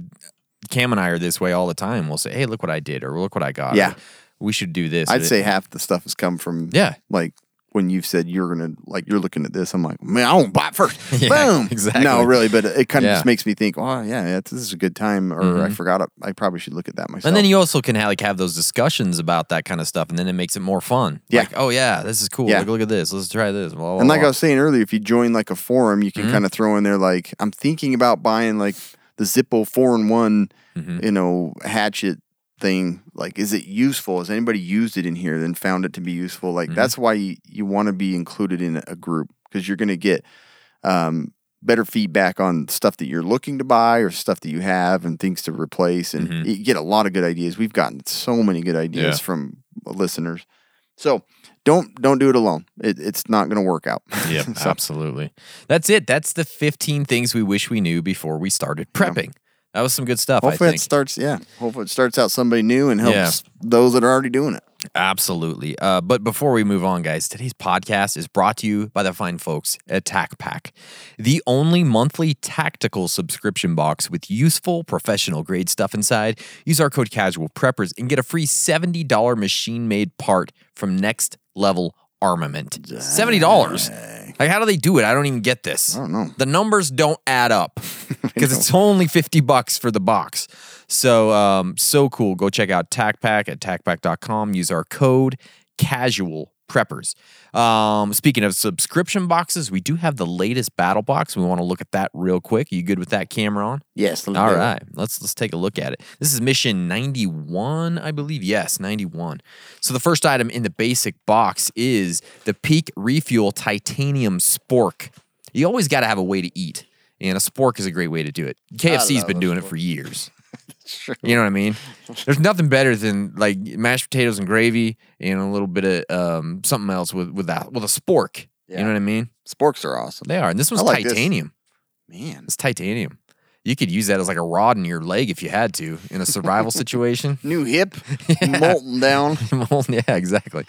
Cam and I are this way all the time. We'll say, "Hey, look what I did," or "Look what I got."
Yeah.
We should do this.
I'd say half the stuff has come from
Yeah.
like when you've said you're gonna like you're looking at this. I'm like, man, I want to buy it first.
Yeah,
Boom.
exactly.
No, really, but it kind of
Yeah. Mm-hmm.
just makes me think. Oh yeah, yeah, this is a good time. Or I forgot. it. I probably should look at that myself.
And then you also can have, like have those discussions about that kind of stuff, and then it makes it more fun.
Yeah.
Like, oh yeah, this is cool.
Yeah.
Like, look at this. Let's try this. Blah, blah,
And like I
blah.
was saying earlier, if you join like a forum, you can kind of throw in there like I'm thinking about buying like the Zippo four in one, you know, hatchet thing. Like, is it useful? Has anybody used it in here? Then found it to be useful. Like that's why you, you want to be included in a group because you're going to get um, better feedback on stuff that you're looking to buy or stuff that you have and things to replace, and you get a lot of good ideas. We've gotten so many good ideas
Yeah.
from uh, listeners. So don't don't do it alone. It, it's not going to work out.
Yep,
so,
absolutely. That's it. That's the 15 things we wish we knew before we started prepping. That was some good stuff,
hopefully
I
it
think.
starts. Yeah, hopefully it starts out somebody new and helps
Yeah.
those that are already doing it.
Absolutely. Uh, but before we move on, guys, today's podcast is brought to you by the fine folks at Tac Pack, the only monthly tactical subscription box with useful professional grade stuff inside. Use our code Casual Preppers and get a free $70 machine made part from Next Level Armament. $70. Like, how do they do it? I don't even get this. I
don't know.
The numbers don't add up because it's only 50 bucks for the box. So, um, so cool. Go check out TacPack at tacpack.com. Use our code casual preppers. Um, speaking of subscription boxes, we do have the latest battle box. We want to look at that real quick. you good with that camera on?
Yes.
All right, let's let's take a look at it. This is mission 91, I believe. Yes, 91. So the first item in the basic box is the Peak Refuel Titanium Spork. You always got to have a way to eat, and a spork is a great way to do it. KFC's been doing it for years. You know what I mean? There's nothing better than like mashed potatoes and gravy and a little bit of um, something else with with that with a spork. You know what I mean?
Sporks are awesome.
They are. And this one's
I like this.
titanium.
Man,
It's titanium. You could use that as like a rod in your leg if you had to in a survival situation.
new hip, molten down.
Well, yeah, exactly.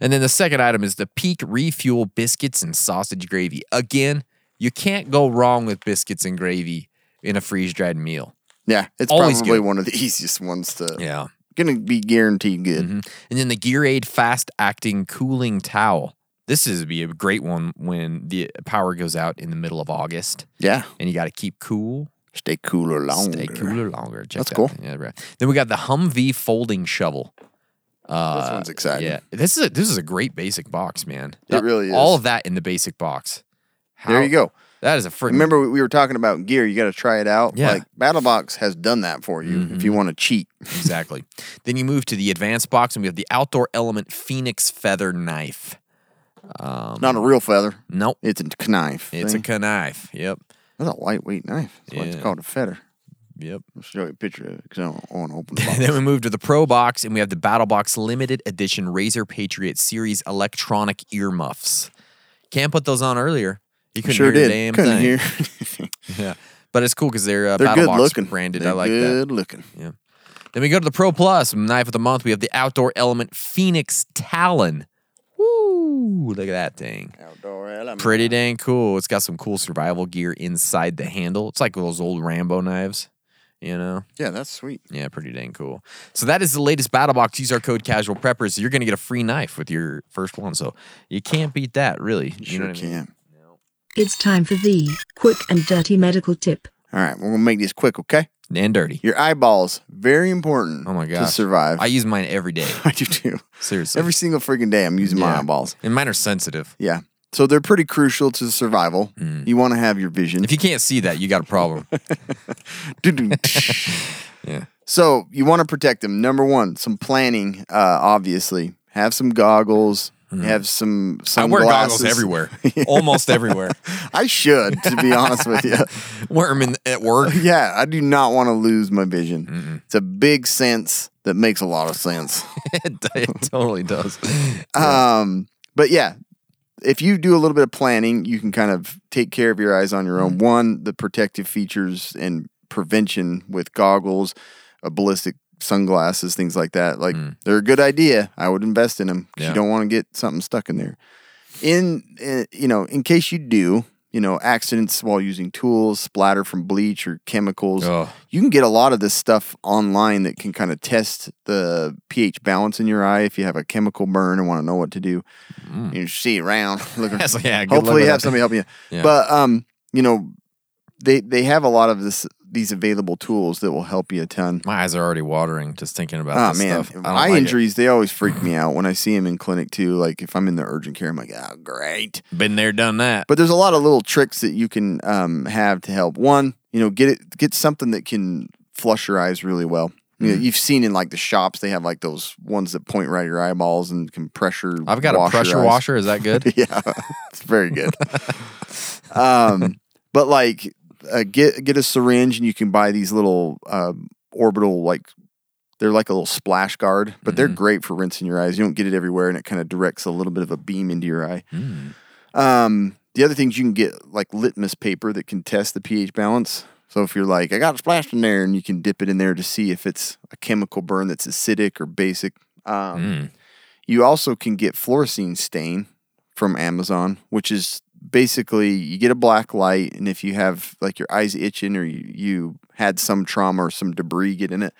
And then the second item is the Peak Refuel biscuits and sausage gravy. Again, you can't go wrong with biscuits and gravy in a freeze dried meal.
Yeah, it's
Always
probably
good.
one of the easiest ones to.
Yeah. Mm-hmm.
Gonna be guaranteed good.
And then the Gearade fast acting cooling towel. This is be a great one when the power goes out in the middle of August
Yeah,
and you got to keep cool
stay cooler longer.
Stay cooler longer. Check
That's
that
cool.
thing. Yeah, right. Then we got the Humvee folding shovel. Uh,
This one's exciting.
Yeah, this is a, this is a great basic box, man.
It really
All
is.
of that in the basic box.
There you
How-
go.
That is a freaking.
Remember we- we were talking about gear. You got to try it out.
Yeah. Mm-hmm.
Like BattleBox has done that for you if you want to cheat.
exactly. Then you move to the advanced box, and we have the outdoor element Phoenix feather knife.
It's not a real feather.
Nope,
It's a knife.
Um, it's
See?
a knife. Yep,
That's a lightweight knife. That's why it's
Yeah.
called a feather.
yep.
I'll show you a picture of it because I don't want to open the
then we
box.
move to the Pro Box, and we have the Battle Box Limited Edition Razor Patriot Series electronic earmuffs. Can't put those on earlier. You couldn't
sure
hear a
did.
damn
Couldn't
thing.
hear.
Yeah, but it's cool because they're uh,
They're
Battle
good
Box
looking.
branded.
They're
I like that.
good looking.
Then we go to the Pro Plus knife of the month. We have the Outdoor Element Phoenix Talon. Woo! Look at that thing.
Outdoor element.
Pretty dang cool. It's got some cool survival gear inside the handle. It's like those old Rambo knives, you know.
Yeah, that's sweet.
Yeah, pretty dang cool. So that is the latest battle box. Use our code Casual Preppers. You're gonna get a free knife with your first one. So you can't beat that, really. You
Sure
know what I mean?
can.
It's time for the quick and dirty medical tip.
All right, we're gonna make these quick, okay?
And dirty.
Your eyeballs very important.
Oh my
to
gosh.
survive.
I use mine every day.
I do too.
Seriously.
Every single freaking day, I'm using my
Yeah.
eyeballs.
and mine are sensitive.
Yeah. So they're pretty crucial to survival.
Mm.
You want to have your vision.
If you can't see that, you got a problem.
yeah.
Yeah.
So you want to protect them. Number one, some planning. Uh, obviously, have some goggles. Have some
Mm-hmm. I
sunglasses.
wear goggles everywhere, almost everywhere.
I should, to be honest with you.
Wear them in, at work.
Yeah, I do not want to lose my vision.
Mm.
It's a big sense that makes a lot of sense.
it, it totally does.
Um, but yeah, if you do a little bit of planning, you can kind of take care of your eyes on your own. One, the protective features and prevention with goggles, a ballistic sunglasses, things like that. Like they're a good idea. I would invest in eh, them. 'cause
Yeah.
You don't want to get something stuck in there. In uh, you know, in case you do, you know, accidents while using tools, splatter from bleach or chemicals.
Ugh.
You can get a lot of this stuff online that can kind of test the pH balance in your eye if you have a chemical burn and want to know what to do. You just see around looking.
That's- yeah, Mm. good luck
hopefully,
with
you have
that.
somebody helping you.
Yeah.
But um, you know, they they have a lot of this these available tools that will help you a ton.
My eyes are already watering just thinking about
Oh
this
man,
stuff. I don't
eye
like it.
injuries they always freak me out when I see them in clinic too. Like if I'm in the urgent care, I'm like, oh great.
Been there, done that.
But there's a lot of little tricks that you can um, have to help. One, you know, get it, get something that can flush your eyes really well. You know,
Mm.
you've seen in like the shops, they have like those ones that point right at your eyeballs and can pressure.
I've got a
wash your
pressure
eyes.
washer. Is that good?
yeah, it's very good. um, but like, uh, get get a syringe, and you can buy these little um, orbital like they're like a little splash guard, but they're great for rinsing your eyes. You don't get it everywhere, and it kind of directs a little bit of a beam into your eye. Um, the other things you can get like litmus paper that can test the pH balance. So if you're like, I got it splashed in there, and you can dip it in there to see if it's a chemical burn that's acidic or basic. Um, You also can get fluorescein stain from Amazon, which is basically you get a black light, and if you have like your eyes itching or you, you had some trauma or some debris get in it,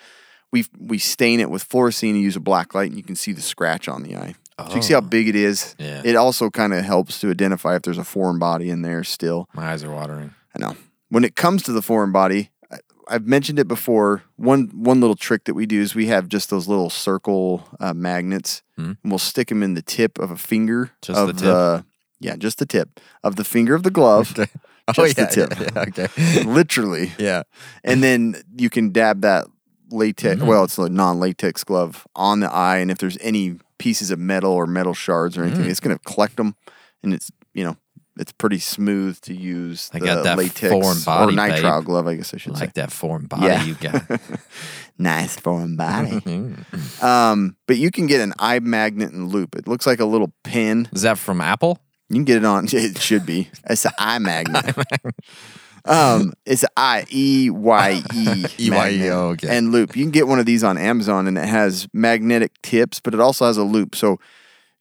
we we stain it with fluorescein and use a black light, and you can see the scratch on the eye. So you can see how big it is.
Yeah.
It also kind of helps to identify if there's a foreign body in there still.
My eyes are watering.
I know. When it comes to the foreign body, I- I've mentioned it before. One one little trick that we do is we have just those little circle uh, magnets, and we'll stick them in the tip of a finger
Hmm. Just
of
the tip?
yeah, just the tip of the finger of the glove.
Oh,
Just the tip.
okay.
Literally,
yeah. Mm-hmm.
and then you can dab that latex well it's a non-latex glove on the eye and if there's any pieces of metal or metal shards or
Mm.
anything it's going to collect them and it's you know it's pretty smooth to use
I
the
got that
latex
foreign
or
body,
nitrile
babe.
glove i guess i should
Like
say
that foreign body
Yeah.
you got. Mm.
nice foreign body um but you can get an eye magnet and loop it looks like a little pin
Is that from Apple?
you can get it on. It should be. It's an eye magnet. um, it's an I E Y E
E Y E,
magnet
oh, okay.
and loop. You can get one of these on Amazon, and it has magnetic tips, but it also has a loop, so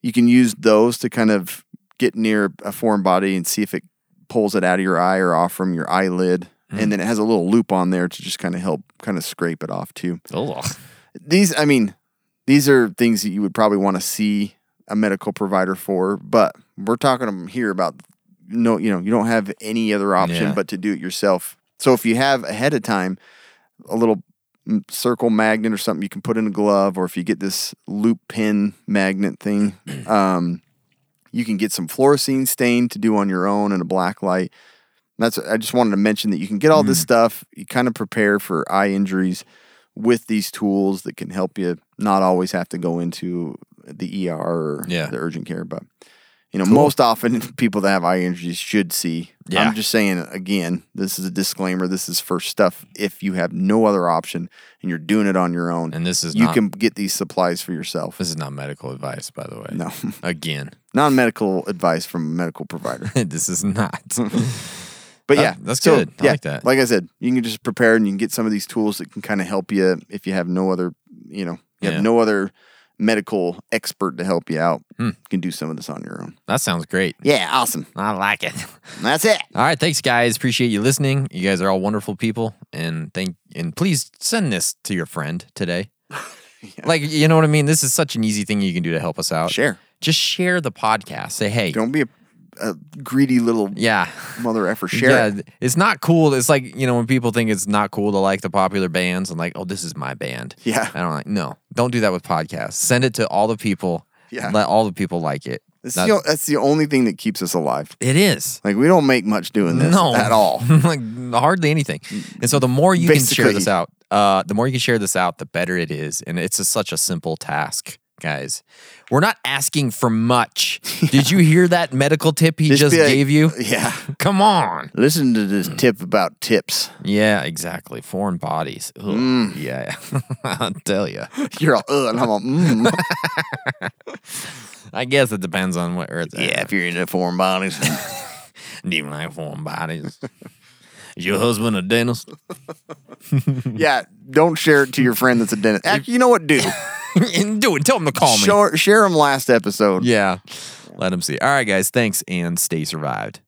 you can use those to kind of get near a foreign body and see if it pulls it out of your eye or off from your eyelid.
Mm-hmm.
And then it has a little loop on there to just kind of help kind of scrape it off too
Oh,
these i mean these are things that you would probably want to see a medical provider for but we're talking here about no you know you don't have any other option
Yeah.
but to do it yourself so if you have ahead of time a little m- circle magnet or something you can put in a glove or if you get this loop pin magnet thing um, you can get some fluorescein stain to do on your own and a black light that's I just wanted to mention that you can get all
Mm.
this stuff. You kind of prepare for eye injuries with these tools that can help you not always have to go into the ER or
Yeah.
the urgent care. But you know, most often people that have eye injuries should see.
Yeah.
I'm just saying again, this is a disclaimer. This is first stuff. If you have no other option and you're doing it on your own,
And this is
you
not-
can get these supplies for yourself.
this is not medical advice, by the way.
No.
Again,
Non medical advice from a medical provider.
this is not.
But
That-
yeah,
Oh, that's
so,
good. I like that.
Like I said, you can just prepare and you can get some of these tools that can kind of help you if you have no other, you know, you
Yeah.
have no other medical expert to help you out.
Hmm.
You can do some of this on your own.
that sounds great.
Yeah, awesome.
I like it.
That's it.
All right, thanks guys. Appreciate you listening. You guys are all wonderful people, and thank and please send this to your friend today. Like you know what I mean. This is such an easy thing you can do to help us out.
Share.
Just share the podcast. Say hey,
Uh, Don't be a, a greedy little
yeah,
mother effer. Share. it.
Yeah, it's not cool. It's like you know when people think it's not cool to like the popular bands and like, oh, this is my band.
Yeah.
I don't like. No, don't do that with podcasts. Send it to all the people.
Yeah.
let all the people like it.
This is
That-
the o- that's the only thing that keeps us alive.
it is.
Like we don't make much doing this
no
at all.
like hardly anything and so the more you can share
Basically.
this out uh the more you can share this out the better it is and it's just such a simple task guys we're not asking for much did you hear that medical tip he just,
be like- uh,
gave you
Yeah.
come on
Listen to this tip about tips.
yeah exactly foreign bodies Ugh.
Mm.
yeah i'll tell you
You're all, Ugh, and I'm all, mm.
i guess it depends on what earth
yeah, if you're into foreign bodies.
do you like foreign bodies is your husband a dentist
Yeah, don't share it to your friend that's a dentist. Actually, you know what? Do
do it tell him to call me
share, share 'em last episode.
Yeah. Let them see. All right, guys. Thanks and stay survived.